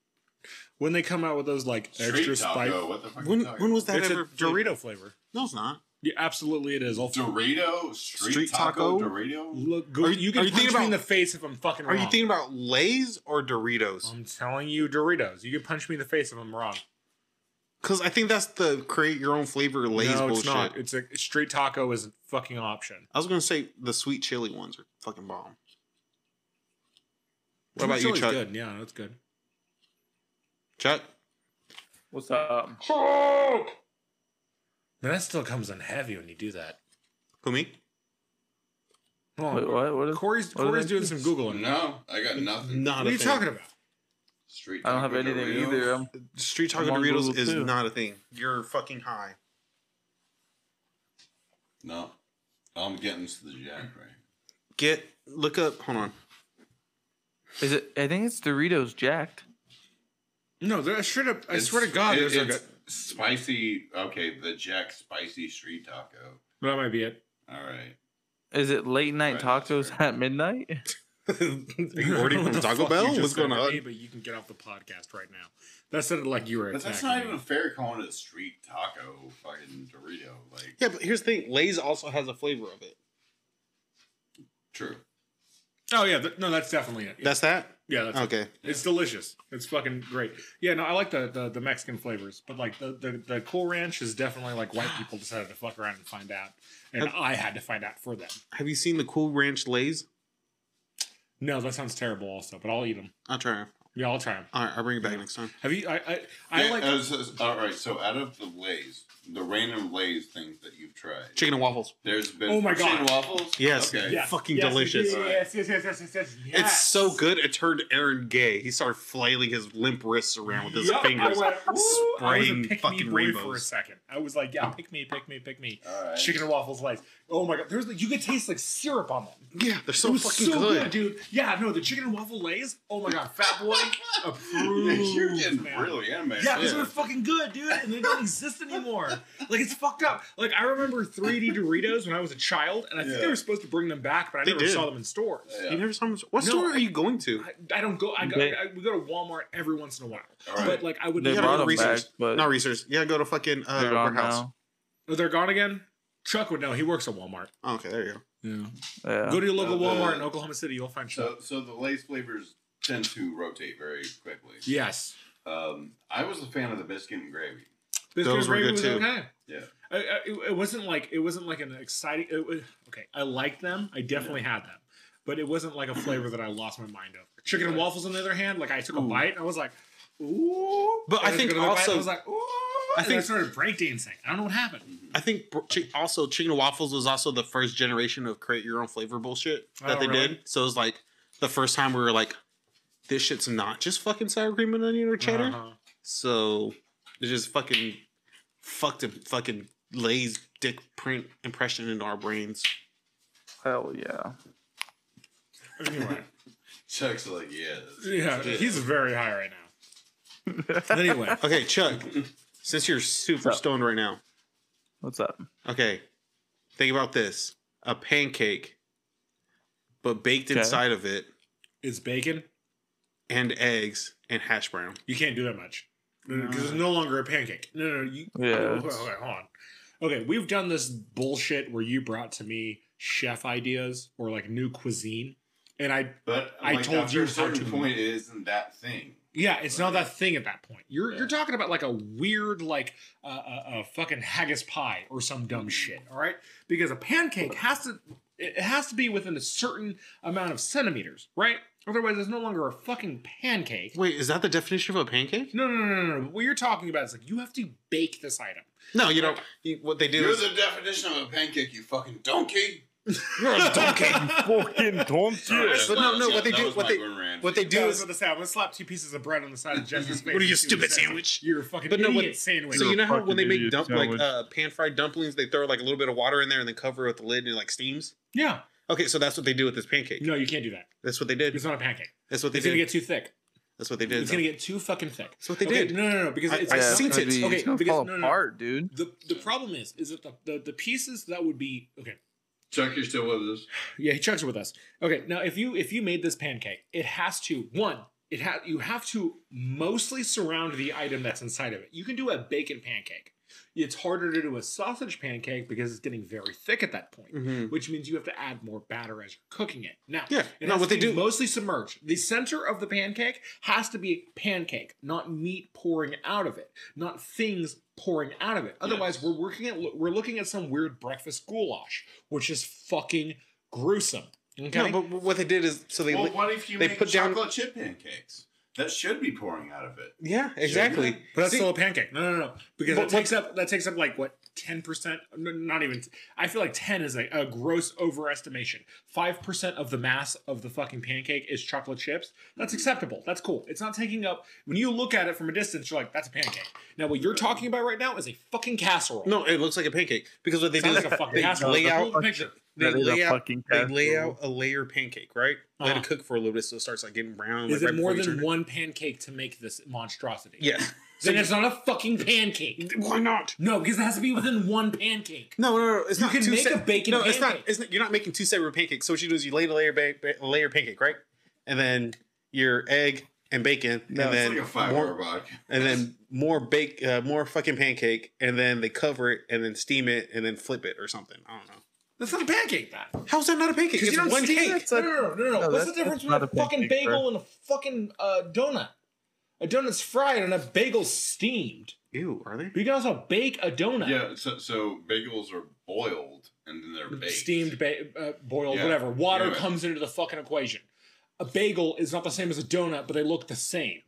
when they come out with those like Street extra spice. taco. What the fuck? When is that? when was that It's a ever? Dorito flavor. No, it's not. Yeah, absolutely, it is. I'll Dorito street, Street taco, taco? Dorito. Look, go, Are you- you can are you punch thinking me in the about- face if I'm fucking Are wrong. you thinking about Lay's or Doritos? I'm telling you, Doritos. You can punch me in the face if I'm wrong. Because I think that's the create your own flavor Lay's no, bullshit. it's not. It's a straight taco is a fucking option. I was gonna say the sweet chili ones are fucking bomb. What about Chili you, is Chuck? Good. Yeah, that's good. Chuck, What's up? Oh, Man, that still comes in heavy when you do that. who me? Hold on. Wait, what? What is? Corey's what did Corey's I doing do? some googling. No, I got nothing. Not What are you talking about? Street. I don't have taco, anything Dorito. either. um, I'm, Street taco I'm on Doritos Google, is too. not a thing. You're fucking high. No, I'm getting to the jack right. Get look up. Hold on. is it? I think it's Doritos jacked. No, there, I straight up. I It's- swear to God, it- there's like it's a. spicy. Okay, the jack spicy street taco. That might be it. All right. Is it late night Right, tacos sure. at midnight? Are you ordering What from the Taco fuck you Bell? just What's said going to me, on? but you can get off the podcast right now. That sounded like you were But attacking. that's not even me. fair calling it a street taco fucking Dorito. Like, Yeah, but here's the thing. Lay's also has a flavor of it. true. Oh yeah, th- no, that's definitely it. Yeah, That's that. yeah that's it. Okay. It's delicious. It's fucking great. Yeah, no, I like the the, the Mexican flavors, but like the, the the Cool Ranch is definitely like white people decided to fuck around and find out, and I had to find out for them. Have you seen the Cool Ranch Lay's? No, that sounds terrible, also, but I'll eat them. I'll try. it. Yeah, I'll try them. All right, I'll bring it back next time. Have you? I I, I Yeah, like. uh, so- so- all right. So out of the Lay's, the random Lay's things that you've tried, Chicken and waffles. there's been Oh my God. chicken waffles. Yes. Okay. Yes, fucking yes, delicious. Yes, yes, yes, yes, yes, yes, yes. It's so good it turned Aaron gay. He started flailing his limp wrists around with his Yup, fingers. I went, "Ooh," I was a spraying pick me fucking boy for a rainbows. second. I was like, yeah, pick me, pick me, pick me. All right. Chicken and waffles slice. Oh my god, there's like you could taste like syrup on them. Yeah, they're so it was fucking so good. good. dude. Yeah, no, the chicken and waffle lays. Oh my god, Fat Boy approved. You're getting man. really animated. Yeah, because they're fucking good, dude, and they don't exist anymore. Like it's fucked up. Like I remember 3D Doritos when I was a child, and I think Yeah. they were supposed to bring them back, but I They never did. saw them in stores. Yeah. You never saw him. What No, store are I- you going to? I, I don't go. I, go They- I, we go to Walmart every once in a while, All right. but like I would They gotta never. go brought to them back, research. but Not research. Yeah, go to fucking uh, they're gone warehouse. now. Oh, they're gone again. Chuck would know. He works at Walmart. Oh, okay, there you go. Yeah. Yeah. Go to your local Uh, Walmart uh, in Oklahoma City. You'll find Chuck. So, so the Lay's flavors tend to rotate very quickly. yes. Um, I was a fan of the biscuit and gravy. Biscuit Those and were gravy good was too. okay. Yeah. I, I, it, it wasn't like it wasn't like an exciting. It, was- okay, I liked them. I definitely had them, but it wasn't like a flavor that I lost my mind over. Chicken and waffles, on the other hand, like I took a bite and I was like, ooh. But And I think took another bite, and also- I was like, ooh. I I think think- I started breakdancing. I don't know what happened. I think br- chi- also chicken and waffles was also the first generation of create your own flavor bullshit that Oh, they really? did. So it was like the first time we were like, this shit's not just fucking sour cream and onion or cheddar. Uh-huh. So it just fucking fucked a fucking Lay's dick print impression into our brains. Hell yeah. Anyway, Chuck's like, yeah. yeah, he's very high right now. anyway, Okay, Chuck, since you're super What's up? stoned right now, What's up? okay, think about this a pancake, but baked Okay. inside of it it's bacon. and eggs and hash brown. You can't do that much because it's no longer a pancake. No, no, you. Yeah, Okay, it's- okay, hold on. Okay, we've done this bullshit where you brought to me chef ideas or like new cuisine, and I But I like, told after you a how certain to- point it isn't that thing. Yeah, it's not that thing at that point. You're Yeah. you're talking about like a weird like a uh, uh, uh, fucking haggis pie or some dumb shit. All right, because a pancake has to it has to be within a certain amount of centimeters, right? Otherwise, it's no longer a fucking pancake. Wait, is that the definition of a pancake? No, no, no, no, no. What you're talking about is like you have to bake this item. No, you don't. You, what they do You're is the definition of a pancake, you fucking donkey. You're a donkey. Fucking donkey. but no, no, what they do- what they- What they do Yeah, I was is about to say, I'm gonna slap two pieces of bread on the side of Jesse's face. What are you, and see stupid it says. sandwich? You're a fucking But no, idiot what- sandwich. so you know how fucking when they make idiot dump like sandwich. uh, pan fried dumplings, they throw like a little bit of water in there and then cover it with the lid and it like steams. yeah. Okay, so that's what they do with this pancake. No, you can't do that. That's what they did. It's not a pancake. That's what they It's gonna did. get too thick. That's what they did. It's though. gonna get too fucking thick. That's what they Okay, did. No, no, no, because I- it's, I it's seen not, it. Be, Okay, it's gonna because- fall no, no, no. apart, dude. the the problem is is that the, the the pieces that would be okay. Chuck, you're still with us. Yeah, he chugs it with us. Okay, now if you if you made this pancake, it has to one. It ha- you have to mostly surround the item that's inside of it. You can do a bacon pancake. It's harder to do a sausage pancake because it's getting very thick at that point, Mhm. which means you have to add more batter as you're cooking it. Now, Yeah, it no, has what to they be do- mostly submerged. The center of the pancake has to be pancake, not meat pouring out of it, not things pouring out of it. Otherwise, we're working at we're looking at some weird breakfast goulash, which is fucking gruesome. Okay, No, but what they did is so they. Well, li- what if you they make put down- chocolate chip pancakes? That should be pouring out of it. yeah, exactly. But that's See, still a pancake. No, no, no. Because But that takes up that takes up like what ten percent? Not even. I feel like ten is like a gross overestimation. Five percent of the mass of the fucking pancake is chocolate chips. That's acceptable. That's cool. It's not taking up. When you look at it from a distance, you're like, that's a pancake. Now, what you're talking about right now is a fucking casserole. no, it looks like a pancake because what they do Sounds is like a fucking they casserole. lay The out whole picture. they That is lay a out fucking they lay casserole. out a layer pancake, right? Let it Uh-huh. cook for a little bit so it starts like getting brown. Is like, it more before you than turn one pancake to make this monstrosity? it. Yeah. Then it's not a fucking pancake. Why not? No, because it has to be within one pancake. No, no, no. It's You not can two make se- a bacon No, it's not, pancake. it's not. You're not making two separate pancakes. So what you do is you lay the layer, ba- ba- layer pancake, right? And then your egg and bacon, and It's then like a five hour more, vodka. and then more bake, uh, more fucking pancake, and then they cover it, and then steam it, and then flip it or something. I don't know. That's not a pancake. That. How's that not a pancake? Because It's you don't one steam cake. it. No, no, no, no, no. No, What's that's- the difference that's between a, not a fucking pancake, bagel bro. and a fucking uh, donut? A donut's fried and a bagel's steamed. Ew, are they? But you can also bake a donut. Yeah, so, so bagels are boiled and then they're baked. Steamed, ba- uh, boiled, Yeah. whatever. Water Yeah. comes into the fucking equation. A bagel is not the same as a donut, but they look the same.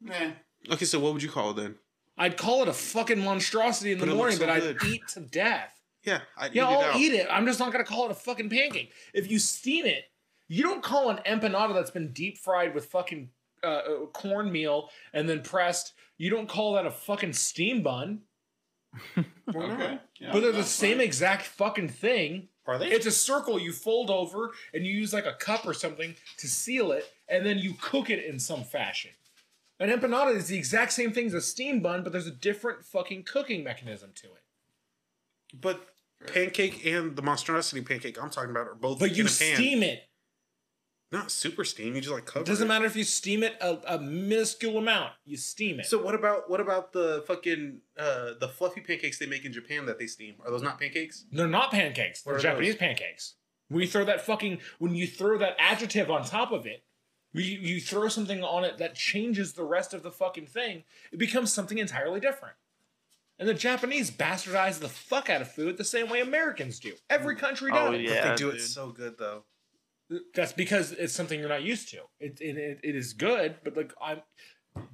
Nah. Okay, so what would you call it then? I'd call it a fucking monstrosity in the But it morning, looks so but I'd good. eat to death. Yeah, I Yeah, eat it I'll out. eat it. I'm just not gonna call it a fucking pancake. If you steam it, you don't call an empanada that's been deep fried with fucking uh, uh, cornmeal and then pressed. You don't call that a fucking steam bun. Okay. Yeah, but they're the that's same fine. exact fucking thing. Are they? It's a circle you fold over and you use like a cup or something to seal it, and then you cook it in some fashion. An empanada is the exact same thing as a steam bun, but there's a different fucking cooking mechanism to it. but pancake and the monstrosity pancake I'm talking about are both But in you a pan. steam it. Not super steam. You just like cover. It doesn't it. matter if you steam it a, a minuscule amount. You steam it. So what about what about the fucking uh the fluffy pancakes they make in Japan that they steam? Are those not pancakes? they're not pancakes. They're What are Japanese those? pancakes. When you throw that fucking when you throw that adjective on top of it, you, you throw something on it that changes the rest of the fucking thing. It becomes something entirely different. And the Japanese bastardize the fuck out of food the same way Americans do. Every country does. Oh, yeah. they do it dude. so good though. That's because it's something you're not used to. It it, it, it is good, but like I'm.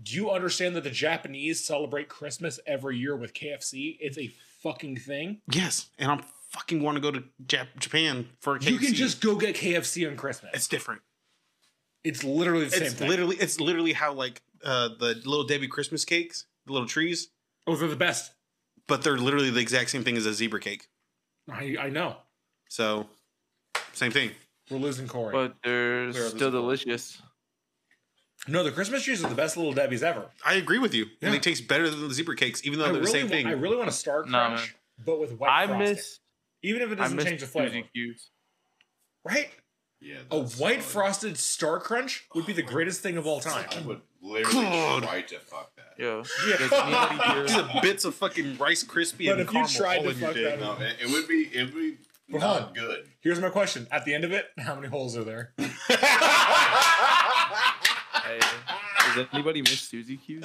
Do you understand that the Japanese celebrate Christmas every year with KFC? It's a fucking thing. Yes, and I'm fucking want to go to Jap- Japan for a KFC. You can just go get KFC on Christmas. it's different. It's literally the same it's thing. literally it's literally how like uh, the little Debbie Christmas cakes, the little trees, oh, they're the best. but they're literally the exact same thing as a zebra cake. I, I know. So same thing. We're losing Corey. But they're Clear up still this bowl. delicious. no, the Christmas trees are the best little Debbie's ever. I agree with you. Yeah. And they taste better than the zebra cakes, even though I, they're really the same want, thing. I really want a Star Crunch, Nah, man. but with white I frosting. miss Even if it I doesn't miss change the flavor, Suzy Q's. right? Yeah, A that's white solid. frosted Star Crunch would be the greatest thing of all time. I would literally God. try to fuck that. Yeah. These are bits of fucking Rice crispy But and if you caramel tried all to in your fuck dick. that up- No, it, it would be it would be But not hold good. Here's my question: At the end of it, how many holes are there? Hey, does anybody miss Suzy Q's?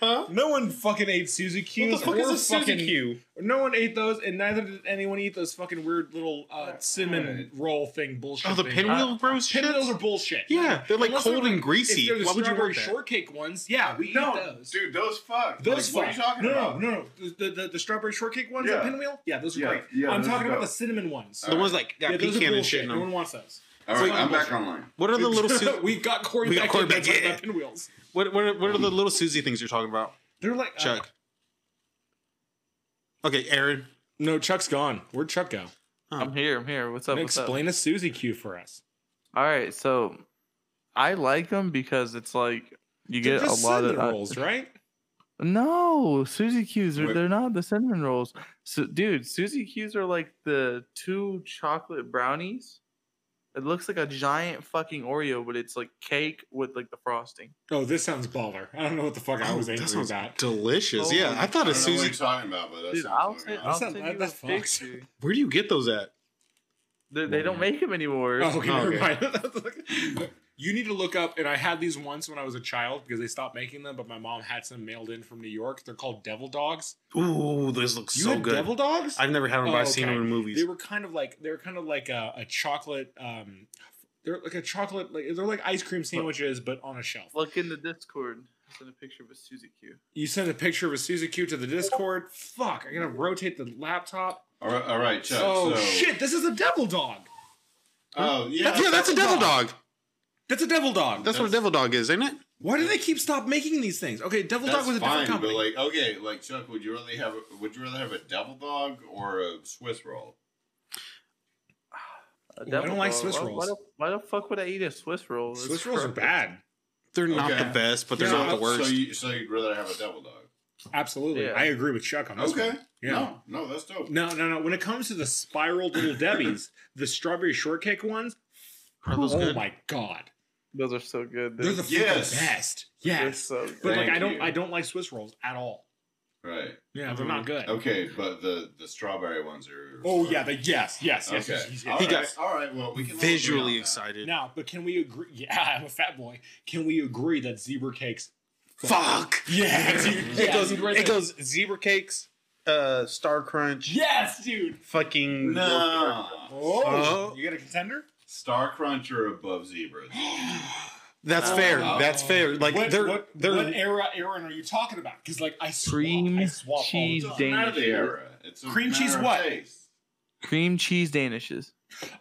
No one fucking ate Suzy Q's. fuck is or a Suzy fucking- Q? No one ate those, and neither did anyone eat those fucking weird little uh, cinnamon roll thing bullshit. Oh, the thing. Uh, pinwheel bros shit. Pinwheels are bullshit. yeah, they're like Unless cold they're and If greasy. they're the Why would you strawberry want that? shortcake ones, yeah, we No, eat those. dude, those fuck. Those like, fuck. What are you talking no, about? No, no, no. The, the, the strawberry shortcake ones Yeah. at Pinwheel? Yeah, those are Yeah, great. yeah, I'm those talking are about the dope. cinnamon ones. The ones like got yeah, those are pecan and bullshit. shit in No one them. wants those. All right, I'm back online. What are the little Su- we got Corey We got back Corey in back, talking yeah. about pinwheels. what what are, what are the little Susie things you're talking about, They're like uh, Chuck? Okay, Aaron. no, Chuck's gone. Where'd Chuck go? I'm here. I'm here. What's up? What's up? Explain a Susie Q for us. All right. So I like them because it's like you They're get a just lot of cinnamon uh, rolls, right? No, Suzy Q's are Wait. they're not the cinnamon rolls. So, dude, Suzy Q's are like the two chocolate brownies. It looks like a giant fucking Oreo, but it's like cake with like the frosting. Oh, this sounds baller. I don't know what the fuck I was Oh, that angry sounds about. delicious. Oh, yeah, I I thought a don't know what Susie. you're talking about, but that Dude, sounds I'll, fucking send, awesome. I'll sounds- send that- you a that's fucked. picture. Where do you get those at? They, they don't make them anymore. Oh, okay, Oh, never okay. mind. you need to look up, and I had these once when I was a child because they stopped making them, but my mom had some mailed in from New York. They're called devil dogs. Ooh, those look You so had good. devil dogs? I've never had them, but Oh, I've seen okay. them in movies. They were kind of like they were kind of like a, a chocolate. Um, they're like a chocolate. Like, they're like ice cream sandwiches, but on a shelf. Look in the Discord. I sent a picture of a Suzy Q. You send a picture of a Suzy Q to the Discord. Fuck, I'm gonna rotate the laptop. All right, all right, Chuck. oh so, shit, this is a devil dog. Oh yeah, that's, yeah, that's a devil dog. That's a devil dog. That's what a devil dog is, isn't it? Why do they keep stop making these things? Okay, devil That's dog was a fine, different company. but like, okay, like Chuck, would you really have? A, would you rather have a devil dog or a Swiss roll? A Ooh, I devil don't like dog. Swiss why, Why rolls. the, why the fuck would I eat a Swiss roll? It's Swiss rolls are perfect. bad. They're not Okay. the best, but they're Yeah, not the so, worst. So, you, so you'd rather have a devil dog? Absolutely, Yeah. I agree with Chuck on this. Okay. one. yeah. No, no, that's dope. No. no, no, When it comes to the spiraled little debbies, the strawberry shortcake ones. Are those oh good? my god, Those are so good. they're They're, the Yes. fucking best. they're Yes, so good. but like Thank I don't, you. I don't like Swiss rolls at all. Right. Yeah, they're not good. Okay, but the the strawberry ones are. Oh yeah, the, yes, yes, yes. Okay. yes, yes, yes. All He right, got all right. Well, we can all agree on Visually that. excited. Now, but can we agree? Yeah, I'm a fat boy. Can we agree that zebra cakes? Fuck. Yeah, dude. It yeah, goes. dude, right it there. goes zebra cakes, uh, star crunch, Yes, dude. fucking. No, Oh, Oh. you got a contender? Star Cruncher above zebras. That's fair. Oh. That's fair. Like what, they're what, they're what era, Aaron, are you talking about? Because like I swap, Cream I swap all the cheese time. Danish. Out of the era. It's a Cream matter cheese of what? taste. Cream cheese danishes.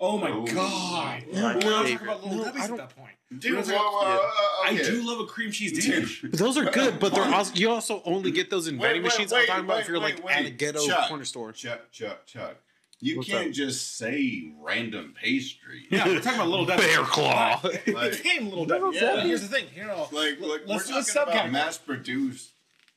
Oh my Ooh. god! My We're not talking favorite. about little No, I Debbie's at don't- that point. Dude, We're well, talking about- uh, okay. I do love a cream cheese dish. But those are good, but they're also you also only get those in Wait, vending wait, machines. I'm wait, talking about if wait, you're wait, like wait. at a ghetto Chuck. corner store. Chuck, Chuck, Chuck. You What's can't just say random pastry. yeah, we're talking about little Debbie. Bear claw. It Like, became little Debbie. Yeah. But Here's the thing. You know, like, like we're Let's do a talking about subcategory. mass-produced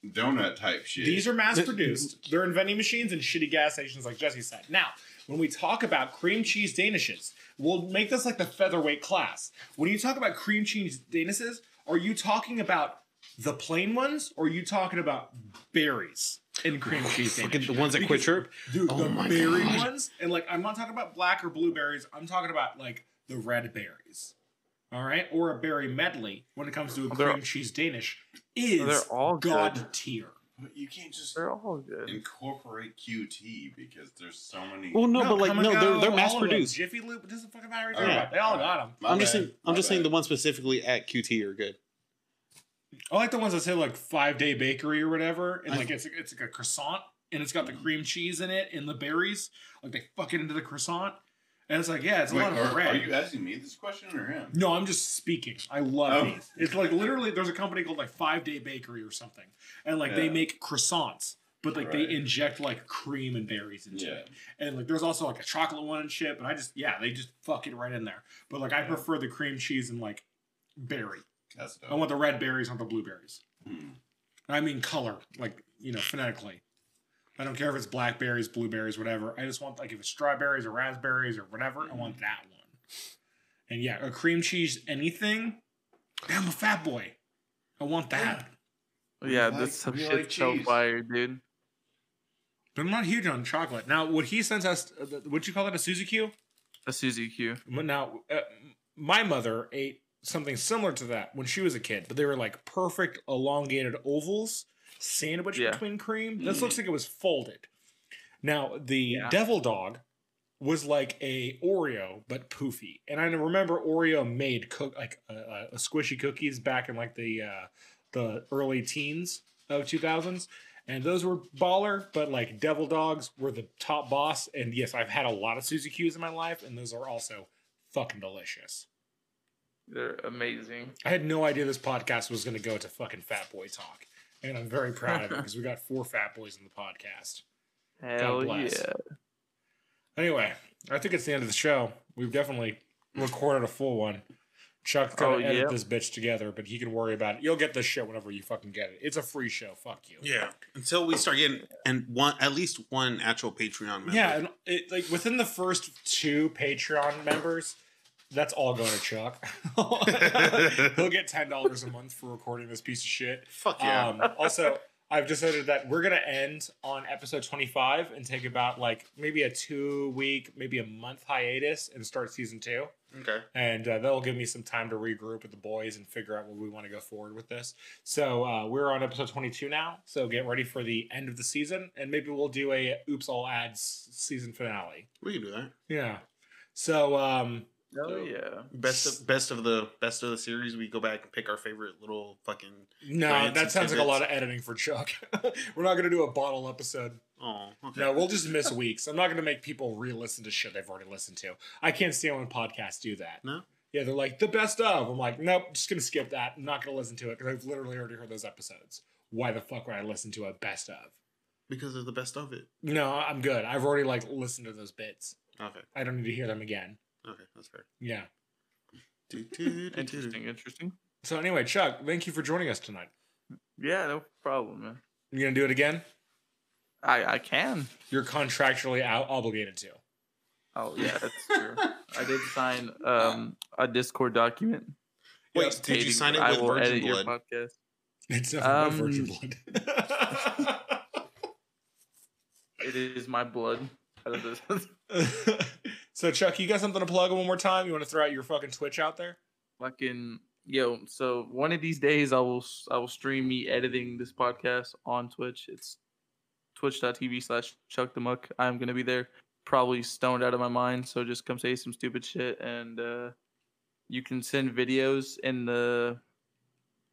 donut type shit. These are mass produced. They're in vending machines and shitty gas stations, like Jesse said. Now, when we talk about cream cheese danishes, we'll make this like the featherweight class. When you talk about cream cheese danishes, are you talking about the plain ones or are you talking about berries in cream cheese Oh, Fucking danishes? the ones that quit chirp. Dude, Oh the my berry God. ones, and like I'm not talking about black or blueberries. I'm talking about like the red berries, all right, or a berry medley. When it comes to a They're- cream cheese Danish, is they're all good. god tier. But you can't just They're all good. incorporate QT because there's so many. Well, no, but like come no, and they're go, they're all mass of them. produced. Jiffy Lube, it doesn't fucking matter. All right, They all all right. got them. My I'm just bad, saying. I'm my just saying the bad. ones specifically at QT are good. I like the ones that say like five day bakery or whatever, and I- like it's it's like a croissant, and it's got the cream cheese in it and the berries. Like they fuck it into the croissant. And it's like, yeah, it's a Wait, lot of are, bread. are you asking me this question or him? No, I'm just speaking. I love Oh. these. It's like literally there's a company called like Five Day Bakery or something. And like they Yeah. make croissants, but like Right. they inject like cream and berries into Yeah. it. And like there's also like a chocolate one and shit, but I just yeah, they just fuck it right in there. But like I Yeah. prefer the cream cheese and like berry. That's dope. I want the red berries, not the blueberries. Hmm. I mean color, like you know, phonetically. I don't care if it's blackberries, blueberries, whatever. I just want like if it's strawberries or raspberries or whatever, I Hmm. want that one. And yeah, a cream cheese, anything. I'm a fat boy. I want that. Yeah, like- this some we like shit's so cheese. fire, dude. But I'm not huge on chocolate. Now, what he sent us, uh, th- would you call that a Suzy Q? A Suzy Q. But Now, uh, my mother ate something similar to that when she was a kid, but they were like perfect elongated ovals sandwiched Yeah. between cream. This Mm. looks like it was folded. Now, the Yeah. devil dog was like a Oreo but poofy, and I remember Oreo made cook like uh, uh, squishy cookies back in like the uh, the early teens of 2000s. And those were baller, but like devil dogs were the top boss. And yes, I've had a lot of Suzy Q's in my life, and those are also fucking delicious. They're amazing. I had no idea this podcast was going to go to fucking fat boy talk. And I'm very proud of it because we got four fat boys in the podcast. Hell yeah. bless. Anyway, I think it's the end of the show. We've definitely recorded a full one. Chuck's gonna Oh, edit yeah. this bitch together, but he can worry about it. You'll get this show whenever you fucking get it. It's a free show. Fuck you. Yeah. Until we start getting and one at least one actual Patreon member. Yeah, and it, like within the first two Patreon members, that's all going to Chuck. He'll get ten dollars a month for recording this piece of shit. Fuck yeah. Um, also, I've decided that we're gonna end on episode twenty-five and take about like maybe a two-week, maybe a month hiatus and start season two. okay. and uh, that'll give me some time to regroup with the boys and figure out what we want to go forward with this. So uh, we're on episode 22 now, so get ready for the end of the season, and maybe we'll do a Oops All Ads season finale. We can do that. Yeah. So um, Hell yeah. Best of best of the best of the series. We go back and pick our favorite little fucking. no, Rants that and sounds like a tidbits. lot of editing for Chuck. we're not gonna do a bottle episode. Oh, okay. No, we'll just miss weeks. I'm not gonna make people re-listen to shit they've already listened to. I can't stand when podcasts do that. No? Yeah, they're like the best of. I'm like, nope, just gonna skip that. I'm not gonna listen to it because I've literally already heard those episodes. Why the fuck would I listen to a best of? because of the best of it. No, I'm good. I've already like listened to those bits. Okay. I don't need to hear them again. Okay, that's fair. Yeah. Do, do, do, do. Interesting, interesting. So anyway, Chuck, thank you for joining us tonight. Yeah, no problem, man. You gonna do it again? I, I can. You're contractually out obligated to. Oh yeah, that's true. I did sign um a Discord document. Wait, did stating you sign it I with will Virgin edit your Blood? podcast. It's nothing Um, but virgin blood. It is my blood. so Chuck, you got something to plug one more time? You want to throw out your fucking Twitch out there? Fucking yo. So one of these days, I will s- I will stream me editing this podcast on Twitch. It's twitch.tv slash Chuck the Muck. I'm gonna be there, probably stoned out of my mind. So just come say some stupid shit, and uh, you can send videos in the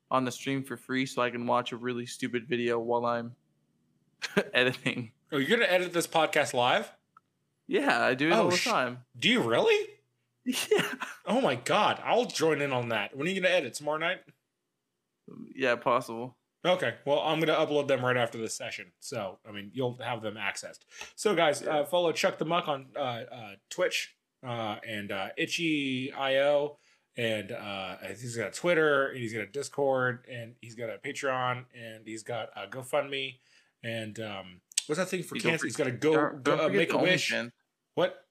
on the stream for free, so I can watch a really stupid video while I'm editing. Oh, you're gonna edit this podcast live? Yeah, I do it Oh, all the sh- time. Do you really? Yeah, Oh my god, I'll join in on that. When are you gonna edit? Tomorrow night? yeah, possible. Okay, well, I'm going to upload them right after this session. So, I mean, you'll have them accessed. So, guys, uh, follow Chuck the Muck on uh, uh, Twitch uh, and uh, itchy.io. And uh, he's got Twitter, and he's got a Discord, and he's got a Patreon, and he's got a GoFundMe. And um, what's that thing for Don't cancer? He's got to go, Don't, go don't uh, forget make the a wish. OnlyFans. What?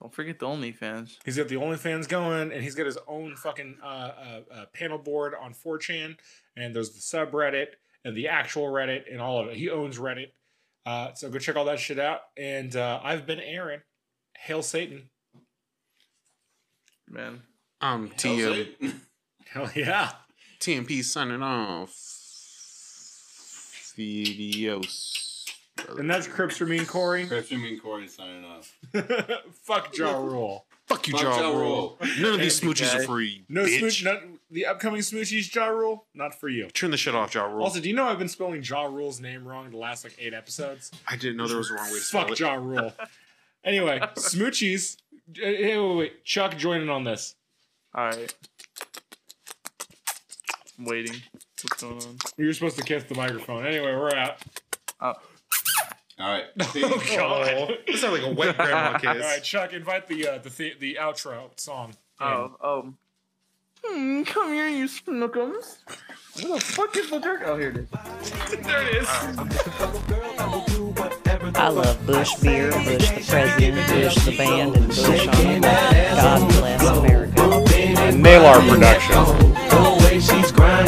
Don't forget the OnlyFans. He's got the OnlyFans going, and he's got his own fucking uh, uh, uh, panel board on 4chan, and there's the subreddit and the actual Reddit and all of it. He owns Reddit, uh, so go check all that shit out. And uh, I've been Aaron. Hail Satan! Man. Um, Hell's TM, Eight? Hell yeah! TMP signing off. Videos. And that's Crips for me and Corey. Christian and Corey signing off. Fuck Ja Rule. Fuck you, Fuck Ja Ja Rule. Rule. None of these Thank you, smooches are guys. free. No bitch. smooch. Not, the upcoming smoochies Ja Rule. Not for you. Turn the shit off, Ja Rule. Also, do you know I've been spelling Ja Rule's name wrong the last like eight episodes? I didn't know there was a wrong way to spell Fuck it. Ja Rule. anyway, smoochies. Hey, wait, wait, wait. Chuck, join in on this. All right. I'm waiting. What's going on? You're supposed to kiss the microphone. Anyway, we're out. All right. See, Oh God! It sounds like a wet grandma kiss. All right, Chuck, invite the uh, the, the the outro song. Oh, oh. Hmm, come here, you snookums. Where the fuck is the jerk? Oh, here it is. There it is. I love Bush beer, Bush the president, Bush the band, and Bush on. God bless America. Nalar Productions.